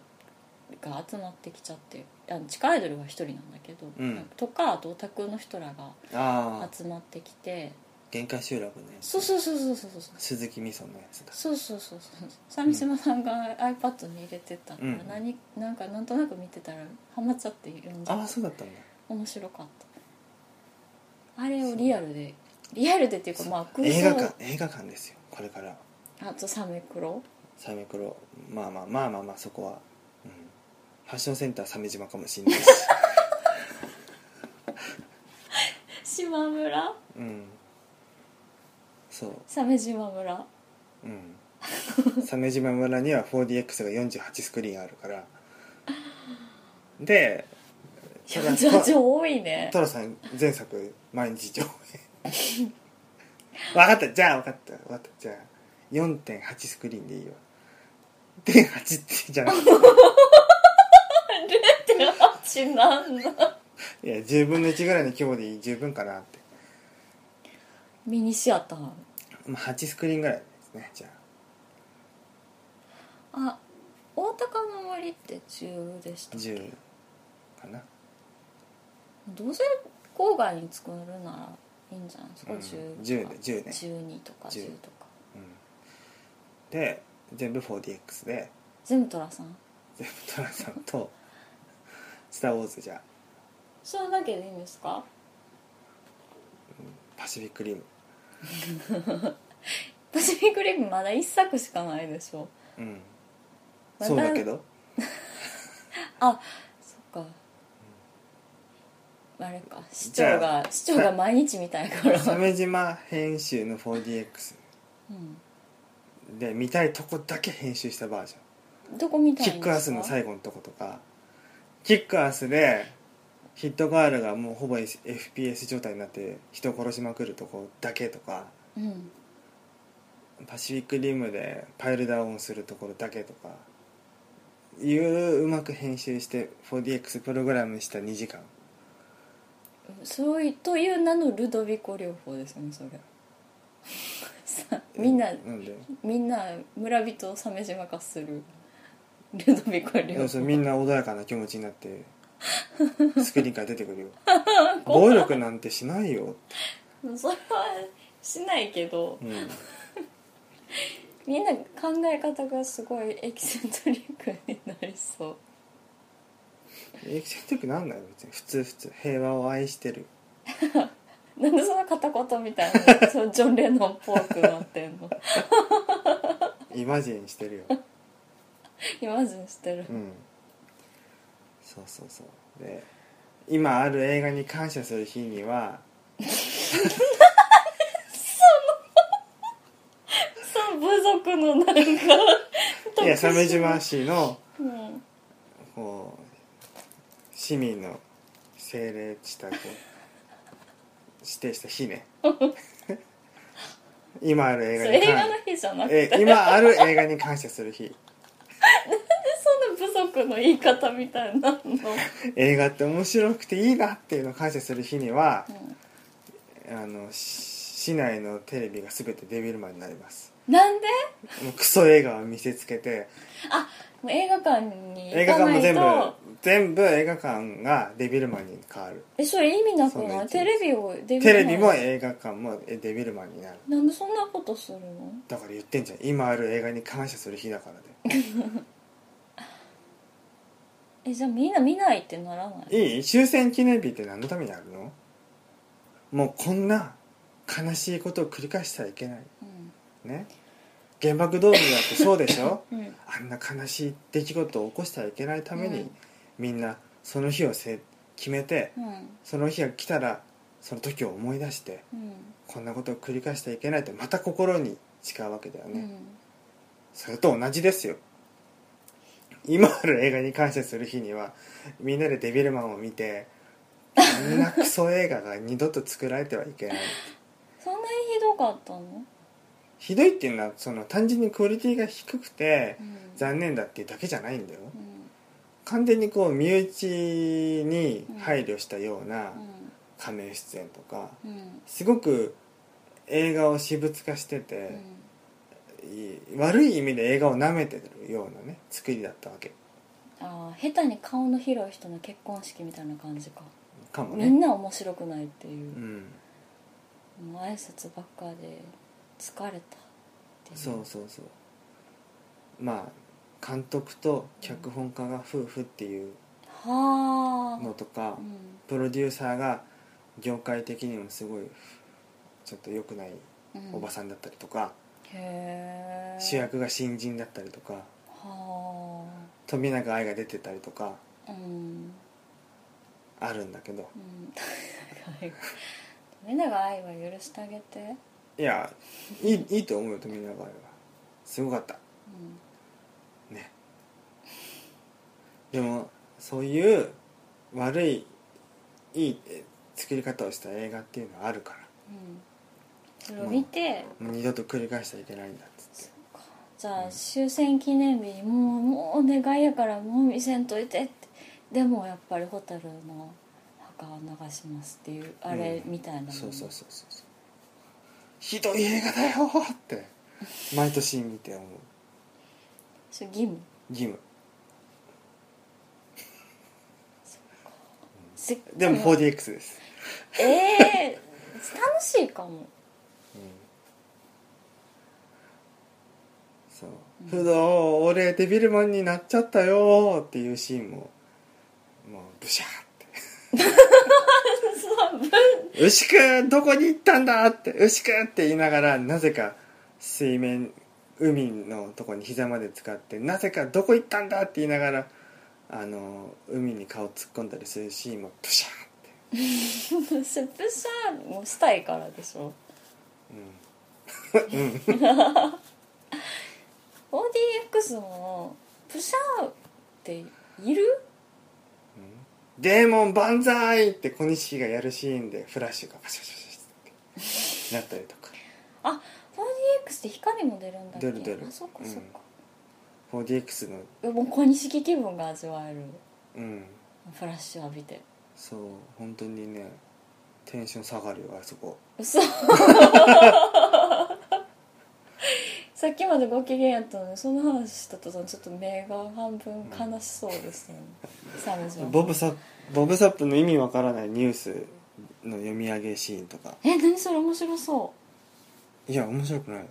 が集まってきちゃってあの地下アイドルは一人なんだけど、うんとかあとオタクの人らがああ集まってきて限界集落ねそうそうそうそうそうそう鈴木みそのやつだそうそうそうそう鮫島さんが iPad に入れてたから、うん何なんかなんとなく見てたらハマっちゃって読んじゃあっあそうだったんだた面白かったあれをリアルでリアルでっていうかまあ空映画想館映画館ですよこれからあとサメクロサメクロまあまあまあまあまあそこは、うん、ファッションセンター鮫島かもしんないし 島村うんそう鮫島村うん、鮫島村には 4DX が48スクリーンあるからでただ48多いねトラさん前作毎日上映分かったじゃあ分かった分かったじゃあ4.8スクリーンでいいよ1.8ってじ ゃなくて0.8なんだいや10分の1ぐらいの規模でいい十分かなって、ミニシアターまあ、8スクリーンぐらいですねじゃあ大高の森って10でしあたっけ10かなどうせ郊外に作るならいいんじゃないですか、うん10 10とねか10ね12とか10 10とかうん、で全部 4DX で全部寅さん全部トラさんとスター・ウォーズじゃそれだけでいいんですかパシフィック・リムパシフィックリムまだ1作しかないでしょうんまたそうだけ どあそっかあれか市長じゃが市長が毎日見たいから鮫島編集の 4DX うんで見たいとこだけ編集したバージどこ見ョたンいんキですかックアスの最後のとことかキックアスでヒットガールがもうほぼ FPS 状態になって人殺しまくるとこだけとかうんパシフィックリムでパイルダウンするところだけとかいううまく編集して 4DX プログラムした2時間そういうという名のルドビコ療法ですよねそれ さみんな、なんでみんな村人を鮫島化するルドビコ療要する法にみんな穏やかな気持ちになって スクリーンから出てくるよ暴力なんてしないよ、それはしないけどうん、みんな考え方がすごいエキセントリックになりそうエキセントリックなんだよ別に普通普通平和を愛してるなんでその片言みたいなそのジョン・レノンっぽくなってんのイマジンして るよ、イマジンしてるうん、そうそうそうで今ある映画に感謝する日にはそう部族のなんかいや特殊な鮫島市のうんこう市民の政令したこう指定した日 ね今ある映そ画れに映画感の日じゃなくてえ今ある映画に感謝する日そんな部族の言い方みたいなの、映画って面白くていいなっていうのを感謝する日にはあのし市内のテレビが全てデビルマンになりますなんでもうクソ映画を見せつけてもう映画館に映行画か館なもい全部と全部映画館がデビルマンに変わるえそれ意味なくそんなない一日テレビをデビューテレビも映画館もえデビルマンになるなんでそんなことするのだから言ってんじゃん今ある映画に感謝する日だからでえじゃあみんな見ないってならないいい終戦記念日って何のためにあるのもうこんな悲しいことを繰り返してはいけないね原爆ドームだってそうでしょうん、うん、あんな悲しい出来事を起こしてはいけないために、うんみんなその日をせ決めてうんその日が来たらその時を思い出してうんこんなことを繰り返してはいけないとまた心に誓うわけだようね、んそれと同じですよ今ある映画に感謝する日にはみんなでデビルマンを見てこんなクソ映画が二度と作られてはい けないそんなにひどかったの、ひどいっていうのはその単純にクオリティが低くてうん残念だっていうだけじゃないんだようん完全にこう身内に配慮したような仮面出演とかうんうんすごく映画を私物化してうてんいい悪い意味で映画を舐めてるようなね作りだったわけああ下手に顔の広い人の結婚式みたいな感じか、かもみんねな面白くないっていうう、んもう挨拶ばっかで疲れたっていそうそうそうまあ監督と脚本家が夫婦っていうはあのとかうんプロデューサーが業界的にもすごいちょっと良くないうんおばさんだったりとかへえ主役が新人だったりとかは富永愛が出てたりとかあうんあるんだけどうん 富永愛は許してあげて、いやいいいいと思うよ富永愛はすごかったうん、ねでもそういう悪いいいえ作り方をした映画っていうのはあるからうん、それを見て、もう二度と繰り返してはいけないんだっつってじゃあ終戦記念日にもうもうお願いやからもう見せんといてってでもやっぱりホタルの墓を流しますっていうあれみたいなものそうそうそうそうそうひどい映画だよーって毎年見て思うそれ義務義務せっかくでも 4DX です、ええ楽しいかもうん、そう「不動俺デビルマンになっちゃったよ」っていうシーンももうブシャーってそう牛くんどこに行ったんだって牛くんって言いながらなぜか水面海のとこに膝まで使ってなぜかどこ行ったんだって言いながらあの海に顔突っ込んだりするシーンもプシャーって、ぶスプシャーをしたいからでしょうん、うん、 ODX もプシャーっているデーモン万歳って小西がやるシーンでフラッシュがパシャパシャパシャってなったりとか 4DX って光も出るんだっけ出る出るあそっかそっか、 4DX のいやもう小錦気分が味わえるうんフラッシュ浴びてそう本当にねテンション下がるよあそこ 嘘さっきまでご機嫌やったのにその話した途端ちょっと目が半分悲しそうですね、サムジョンボブサップボブサップの意味わからないニュースの読み上げシーンとかえ何それ面白そいや面白くないよ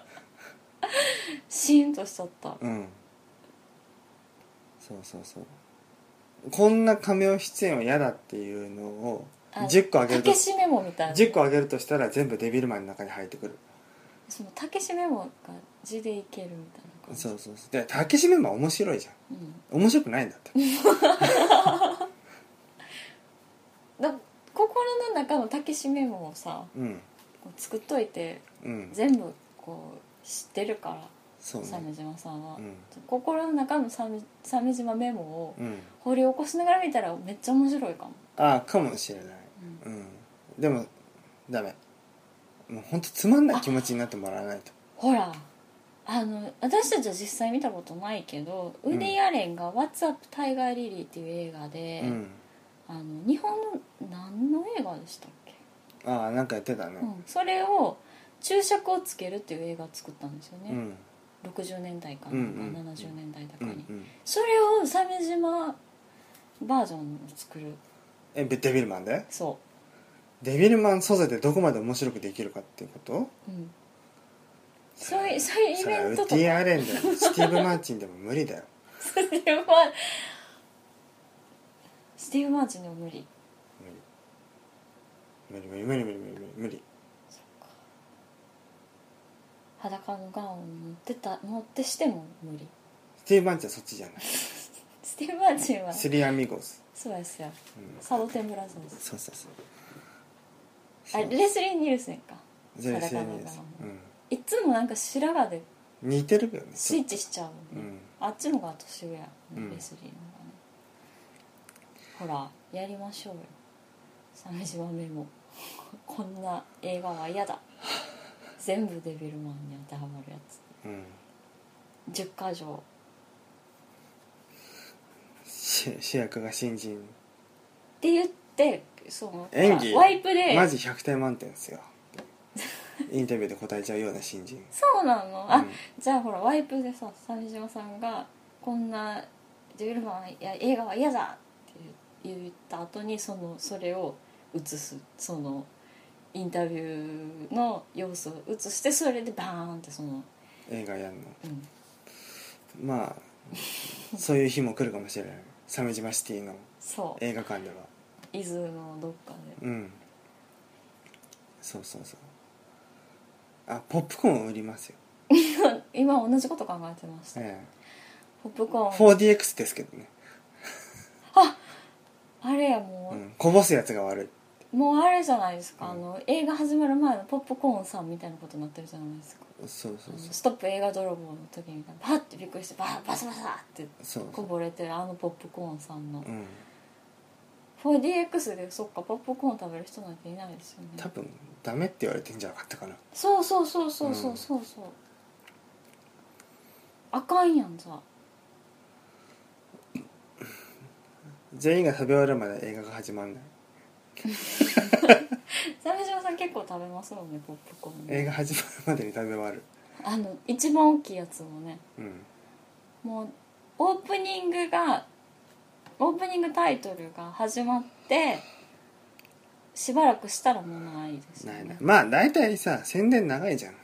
うシーンとしちゃったうんそうそうそうこんな仮面出演は嫌だっていうのをあ10個あげるとたけしメモみたいな10個あげるとしたら全部デビルマンの中に入ってくるそのたけしメモが字でいけるみたいな感じそうそうそうで竹島メンバー面白いじゃうんん面白くないん だってだ心の中のたけしメモをさうんこう作っといてうん全部こう知ってるからそうね鮫島さんは、うん心の中の鮫鮫島メモをうん掘り起こしながら見たらめっちゃ面白いかも、ああかもしれないうんうんでもダメもう本当つまんない気持ちになってもらわないとほらあの私たちは実際見たことないけど、んウディ・アレンが「What's Up タイガー・リリー」っていう映画で、うんあの日本の何の映画でしたっけ、ああなんかやってたねうんそれを注釈をつけるっていう映画を作ったんですようね、ん60年代かなんか、うんうん70年代だうかんうに、んそれを鮫島バージョンを作るえデビルマンでそデビルマン素材でどこまで面白くできるかっていうことううんそういうそういうイそれはベウンットデとィ・かアレンでもスティーブ・マーチンでも無理だよスティーブマースティーブ・マーチンでも無理無理無理無理無理無理無理無理裸のガウンを持ってた持ってしても無理スティーブ・マーチンはそっちじゃないスティーブ・マーチンはスリー・アミゴス、そうですようん、サボテンブラザーズそうそうそうそあうレスリー・ニールセンか全然裸のです顔うんいつもなんか白髪で似てるよねスイッチしちゃううもんね、んあっちのが年上や、うんレスリーの方がねほらやりましょうよ鮫島メモ こんな映画は嫌だ全部デビルマンに当てはまるやつうん10箇条し主役が新人って言ってその演技ワイプでマジ100点満点ですよインタビューで答えちゃうような新人そうなのあ、うんじゃあほらワイプでさ鮫島さんが「こんなデビルマンいや映画は嫌だ!」って言った後にそのそれを映すそのインタビューの様子を映してそれでバーンってその、映画やんのうん、まあそういう日も来るかもしれない鮫島シティのそう映画館では伊豆のどっかでうんそうそうそうあポップコーンを売りますよ、今同じこと考えてましたえポップコえ、ーン 4DX ですけどね、あれやもうう、ん、こぼすやつが悪いもうあれじゃないですか、うんあの映画始まる前のポップコーンさんみたいなことになってるじゃないですかそうそうそうストップ映画泥棒の時みたいなパッてびっくりしてバーバサバサってそうこぼれてるあのポップコーンさんのうん 4DX でそっかポップコーン食べる人なんていないですよ多ね分ダメって言われてんじゃなかったかなそうそうそうそうそうそうそうあかんやんじゃあ全員が食べ終わるまで映画が始まんない鮫島さん結構食べますもんねポップコーンね映画始まるまでに食べ終わるあの一番大きいやつもねうんもうオープニングがオープニングタイトルが始まってしばらくしたらもうないですよないなねいまあ大体さ宣伝長いじゃん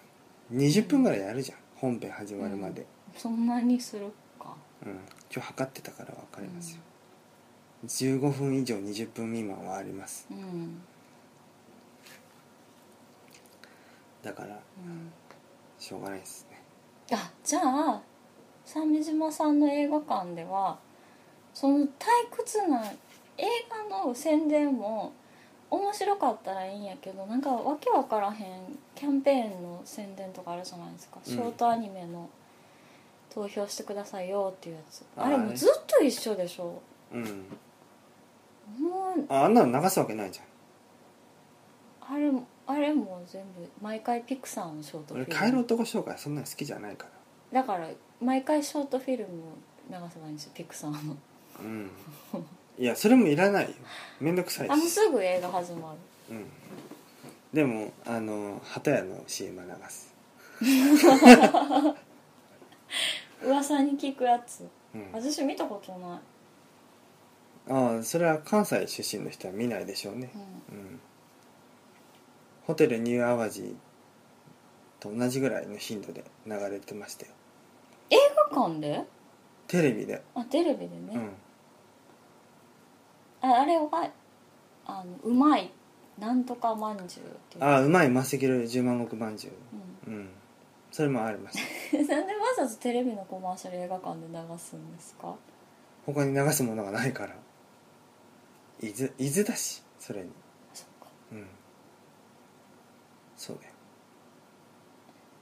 20分ぐらいやるじゃん本編始まるまで、そんなにするかうん、今日測ってたから分かりますよ、15分以上20分未満はありますうん、うんだからしょうがないですねあじゃあ鮫島さんの映画館ではその退屈な映画の宣伝も面白かったらいいんやけどなんかわけわからへんキャンペーンの宣伝とかあるじゃないですか、うんショートアニメの投票してくださいよっていうやつあーあれもうずっと一緒でしょうんもうああんなの流すわけないじゃんあれもあれも全部毎回ピクサーのショートフ俺ィ帰ルるム男紹介そんなに好きじゃないからだから毎回ショートフィルム流せばいいんですよピクサーのうんいやそれもいらないよめんどくさいあもうし、すぐ映画始まるうん、でもあの鳩屋の CM は流す、噂に聞くやつうん、私見たことない、ああそれは関西出身の人は見ないでしょうねうんホテルニューアワジと同じぐらいの頻度で流れてましたよ映画館でテレビで、あテレビでね、うん、ああれはあのうまいなんとかまんじゅうっていう、ああうまいマセキロ十万石まんじゅうううんそれもありましたん、 なんでわざわざテレビのコマーシャル映画館で流すんですか他に流すものがないから伊豆伊豆だしそれにそっかうんそうだよ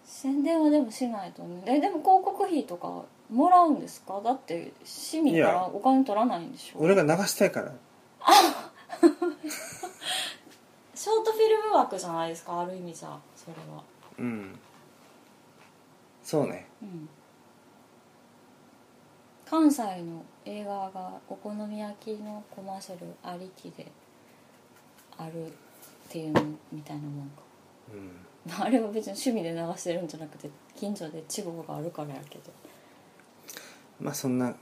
宣伝はでもしないとねえでも広告費とかもらうんですかだって市民かいやらお金取らないんでしょ俺が流したいからショートフィルム枠じゃないですかある意味じゃそれはうんそうねうん関西の映画がお好み焼きのコマーシャルありきであるっていうのみたいなもんうんか あれは別に趣味で流してるんじゃなくて近所で地方があるからやけどまあそんな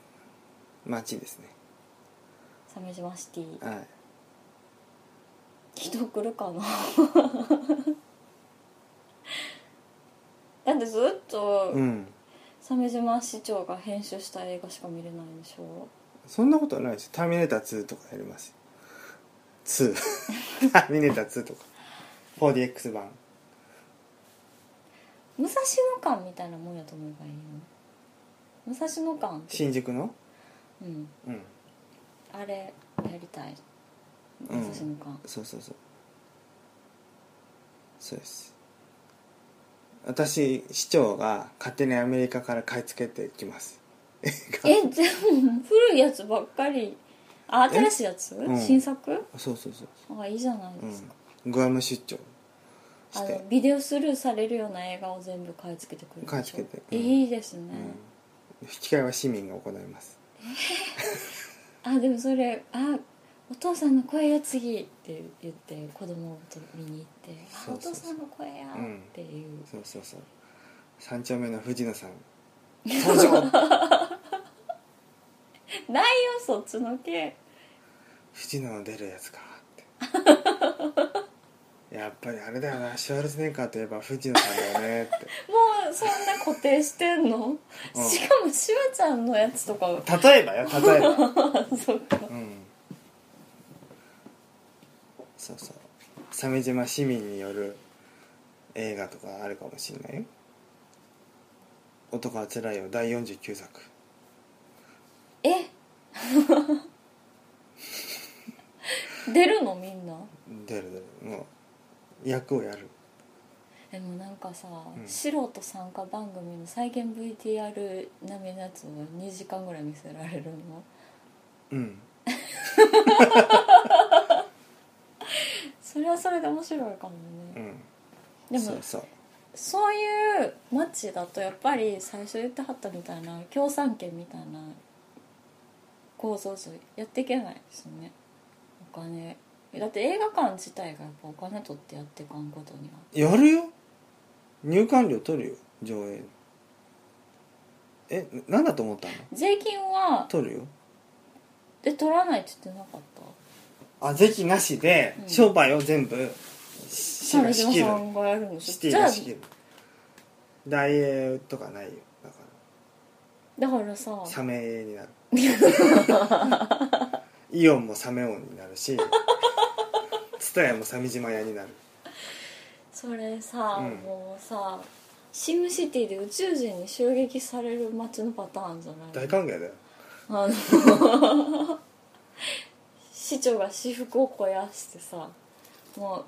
街ですね鮫島シティはい人来るかな だってずっとうん鮫島市長が編集した映画しか見れないんでしょそんなことはないでしょ「ターミネーター2」とかやりますよ2 ターミネーター2とか 4DX 版武蔵野館みたいなもんやと思えばいいよ武蔵野館って新宿のうんうんあれやりたいうん武蔵野館、そうそうそうそうです私市長が勝手にアメリカから買い付けてきますえでも古いやつばっかりあ新しいやつ、うん新作 そうそうそう、あいいじゃないですか、うん、グアム出張しあてのビデオスルーされるような映画を全部買い付けてくるでしょ買い付けてうんいいですね、うん、引き換えは市民が行いますあでもそれあお父さんの声や次って言って子供と見に行って「そうあおそうそう父さんの声や」っていう、そうそうそう三丁目の藤 野さん登場ないよそっちのけ藤野の出るやつかって やっぱりあれだよなシュワルツェネッガーといえば藤野さんだよねって もうそんな固定してんの、うんしかもしわちゃんのやつとか 例えばよ例えばそっかうんそうそう鮫島市民による映画とかあるかもしれないよ「男はつらいよ」第49作え出るのみんな出る出るもう役をやるでもなんかさ、ん素人参加番組の再現 VTR 並みのやつを2時間ぐらい見せられるのうんそれはそれで面白いかもうね、んでもそそうそうういう街だとやっぱり最初言ってはったみたいな共産圏みたいな構造じゃやっていけないですよねお金だって映画館自体がやっぱお金取ってやっていかんことにはやるよ入館料取るよ上映えななんだと思ったの税金は取るよで取らないって言ってなかったあ税金なしでうん商売を全部市鮫が仕島切るさんがやるんでシしょティじゃがあ仕切る大英とかないよだからだからさサメになるイオンもサメ音になるし蔦屋も鮫島屋になるそれさ、うんもうさシムシティで宇宙人に襲撃される街のパターンじゃない大歓迎だよあの 市長が私服を肥やしてさも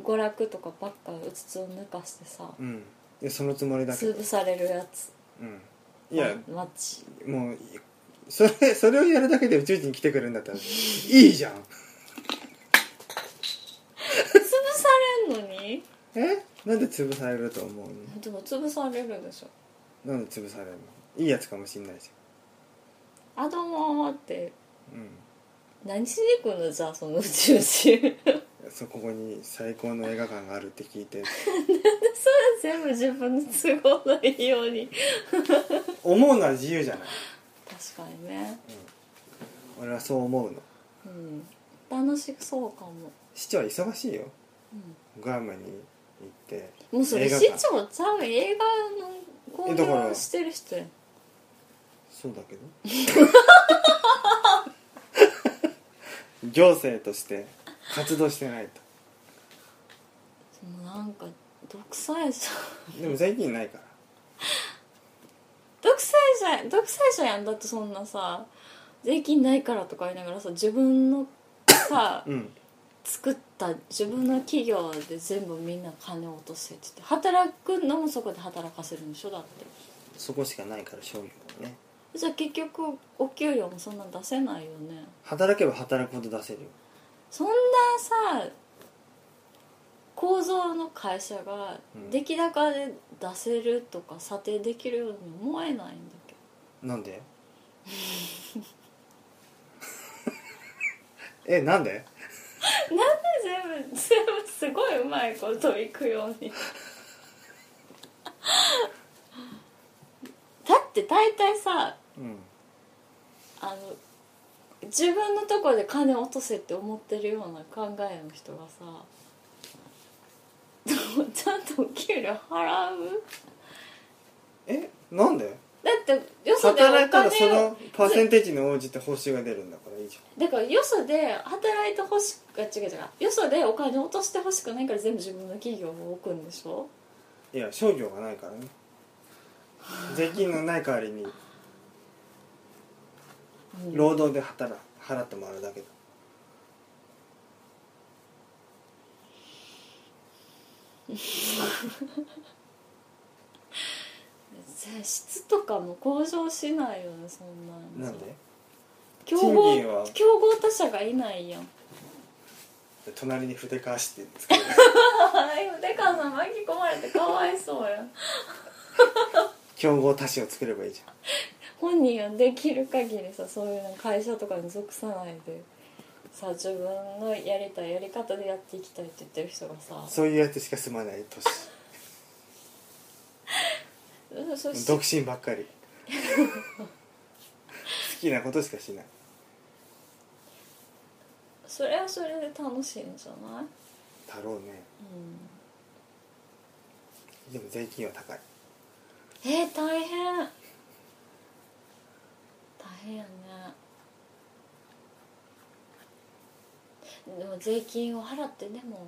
う娯楽とかばっかうつつを抜かしてさうんいやそのつもりだけど、潰されるやつうん、いや街もうそれそれをやるだけで宇宙人来てくれるんだったらいいじゃん潰されんのにえなんで潰されると思うでも潰されるでしょのなんで潰されるのいいやつかもしんないじあどうもーってゃんうん何しに行くのじゃあその宇宙人 そうここに最高の映画館があるって聞いてそれ全部自分の都合のいいように思うのは自由じゃない、確かにねうん、俺はそう思うのうん楽しそうかも、市長は忙しいようガーマに行ってん、もうそれ映画市館長ちゃう映画のえ興だから行してる人やんそうだけど 行政として活動してないともうなんか独裁者 でも最近ないから独裁者独裁者やんだってそんなさ税金ないからとか言いながらさ自分のさうん作った自分の企業で全部みんな金を落とせって言って働くのもそこで働かせるんでしょだってそこしかないから商業はねじゃあ結局お給料もそんな出せないよね働けば働くほど出せるよそんなさ構造の会社がうん出来高で出せるとか査定できるように思えないんだけどなんで えなんで全部全部すごいうまいこといくよう にだって大体さうんあの自分のとこで金落とせって思ってるような考えの人がさ ちゃんとお給料払うえなんでだってよそでお働いたらそ金をのパーセンテージに応じて報酬が出るんだからいいじだからよそで働いてほしく違う違うよそでお金落としてほしくないから全部自分の企業を置くんでしょゃんいや商業がないからね税金のない代わりにうん労働で働払ってもらうだけだ質とかも向上しないよねそんなのなんで競合賃金は競合他社がいない やん隣に筆かわして作る でかさん巻き込まれてかわいそうやん競合他社を作ればいいじ本人はできる限りさそういうの会社とかに属さないでさ自分のやりたいやり方でやっていきたいって言ってる人がさゃんそういうやつしか住まない都市うんそし独身ばっかり 好きなことしかしないそれはそれで楽しいんじゃない、だろうねうでも税金は高いん、えー、大変大変やねでも税金を払ってでもこ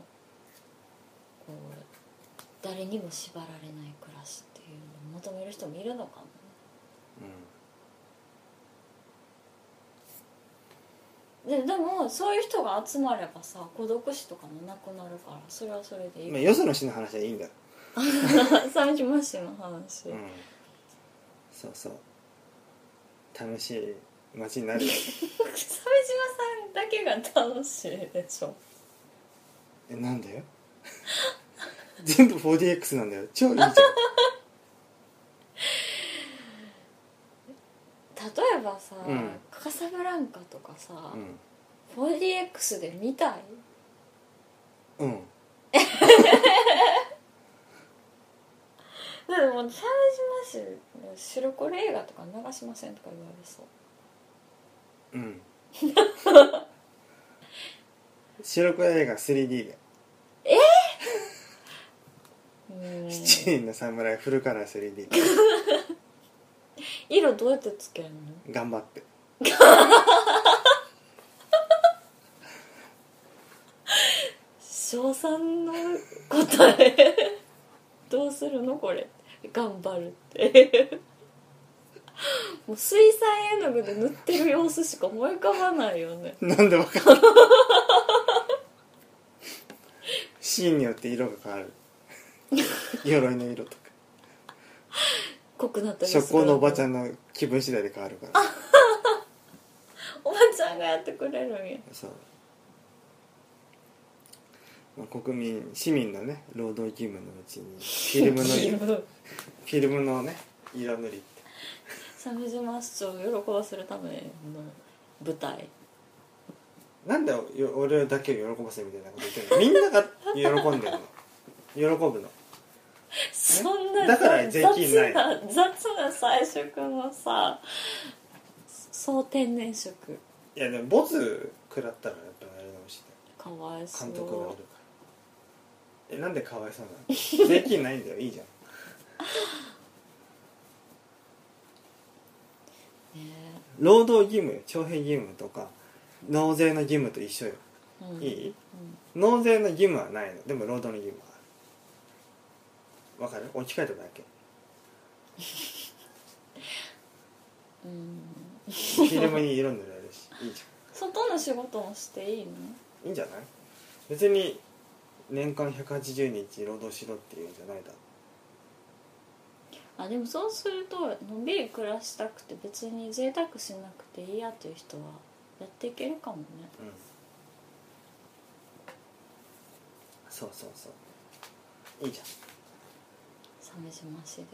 う誰にも縛られない暮らしっていうのを求める人もいるのかもねででもそういう人が集まればさ孤独死とかもなくなるからそれはそれでいうん、い、まあ、よその市の話はいいんだよ、 三島市の話、うん、そうそう楽しい街に なるよ鮫島さんだけが楽しいでしょえなんで 全部 4DX なんだよ超いいじゃん例えばさ、うんカサブランカとかさ、う 4DX で見たいん、うん、でも鮫島市の白黒映画とか流しませんとか言われそううん、 白黒映画 3D でう「ん七人の侍フルカラー 3D で」色どうやってつけるの頑張って賞賛の答え どうするのこれ頑張るって もう水彩絵の具で塗ってる様子しか思い浮かばないよねなんでわかるシーンによって色が変わ る鎧の色とか濃くなったりする初行のおばちゃんの気分次第で変わるからおばちゃんがやってくれるんやそう、まあ、国民市民のね労働義務のうちに フィルムのフィルムのね色塗りって鮫島市長を喜ばせるための舞台なんでよ俺だけを喜ばせみたいなこと言ってんのみんなが喜んでるの喜ぶのそん なだから税金ない雑な雑な菜食のさ総天然食いやでもボツ食らったらやっぱあれかもしかわいそれうない監督がおるからえなんでかわいそう なの税金ないんだよいいじゃんね労働義務よ徴兵義務とか納税の義務と一緒よえうんいい納税の義務はないのでも労働の義務はあるわかる置き換えただけうんうんフィルムに色塗られる しいいじ外の仕事もしていいのゃんいいんじゃない別に年間180日労働しろっていうんじゃないだろあでもそうするとのんびり暮らしたくて別に贅沢しなくていいやっていう人はやっていけるかもねうんそうそうそういいじゃん鮫島市で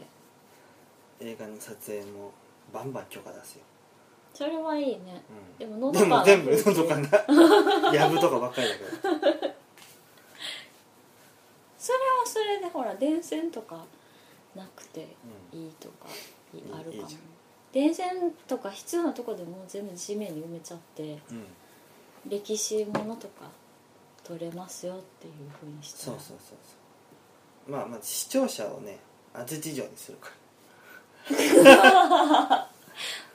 映画の撮影もバンバン許可出すよ、それはいいねうでん、もで喉もが全部のどかな やぶとかばっかりだけどそれはそれでほら電線とかなくてうんいいとかいんあるいかいもじゃん電線とか必要なとこでもう全部地面に埋めちゃってうん歴史ものとか取れますよっていうふうにしてそうそうそうそうまあまあ視聴者をね安土城にするから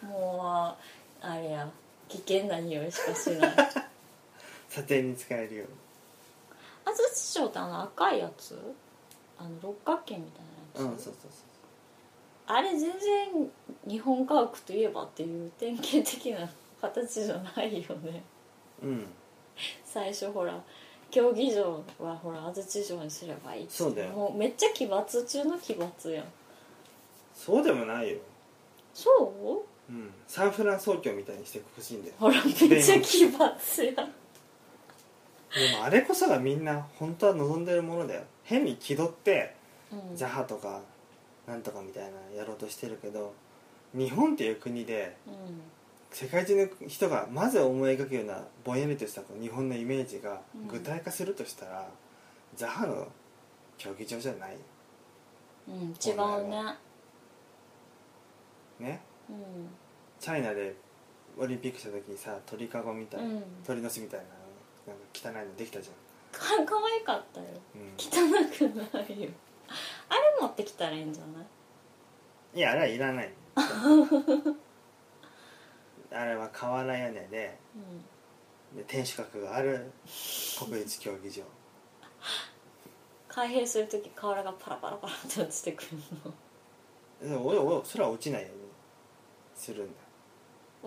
もうあれや危険な匂いしかしない査定に使えるように安土城ってあの赤いやつあの六角形みたいなうんやつ、そうそうそうあれ全然日本家屋といえばっていう典型的な形じゃないよねうん最初ほら競技場はほら安土城にすればいいってそうだよもうめっちゃ奇抜中の奇抜やんそうでもないよ、そううん、サンフラン総教みたいにしてほしいんだよほらめっちゃ奇抜やんでもあれこそがみんな本当は望んでるものだよ変に気取ってうんジャハとかなんとかみたいなやろうとしてるけど日本っていう国でうん世界中の人がまず思い描くようなぼんやりとしたこう日本のイメージが具体化するとしたら、ザハの競技場じゃないようん違うねねうんチャイナでオリンピックした時さ鳥かごみたいな、うん鳥の巣みたいななんか汚いのできたじか可愛かったよゃん、う汚くないよあれ持ってきたらいいんじゃないん、いやあれはいら ないあれは瓦屋根でうんで天守閣がある国立競技場開閉する時瓦がパラパラパラって落ちてくるのでもおいおいそれは落ちないようにするんだ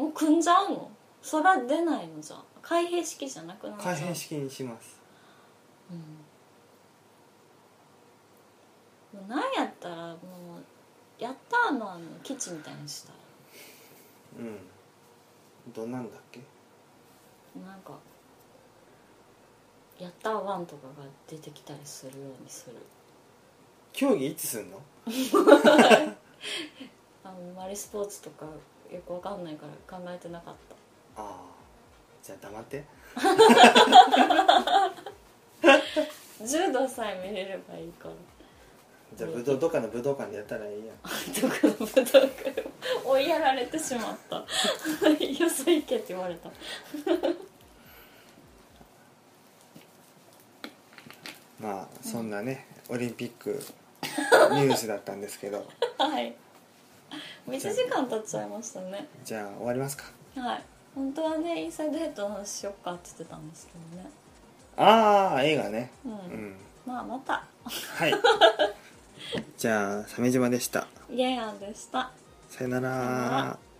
もう組んじゃうの空出ないのじゃん開閉式じゃなくなっちゃう開閉式にしますうんもうなんやったらもうやったーのあの基地みたいにしたうんどんなんだっけらなんかやったーワンとかが出てきたりするようにする競技いつすんのあんまりスポーツとかよくわかんないから考えてなかったああじゃあ黙って柔道さえ見れればいいからじゃあ武道どっかの武道館でやったらいいやんとかの武道館を追いやられてしまった よそ行けって言われたま あそんなね、オリンピックニュースだったんですけどはい1時間経っちゃいましたねじゃあ終わりますかはい本当はねインサイドヘッドの話しよっかって言ってたんですけどねああ映画ねうん、うんまあまたはい じゃあ鮫島でしたイエアンでしたさよなさよならら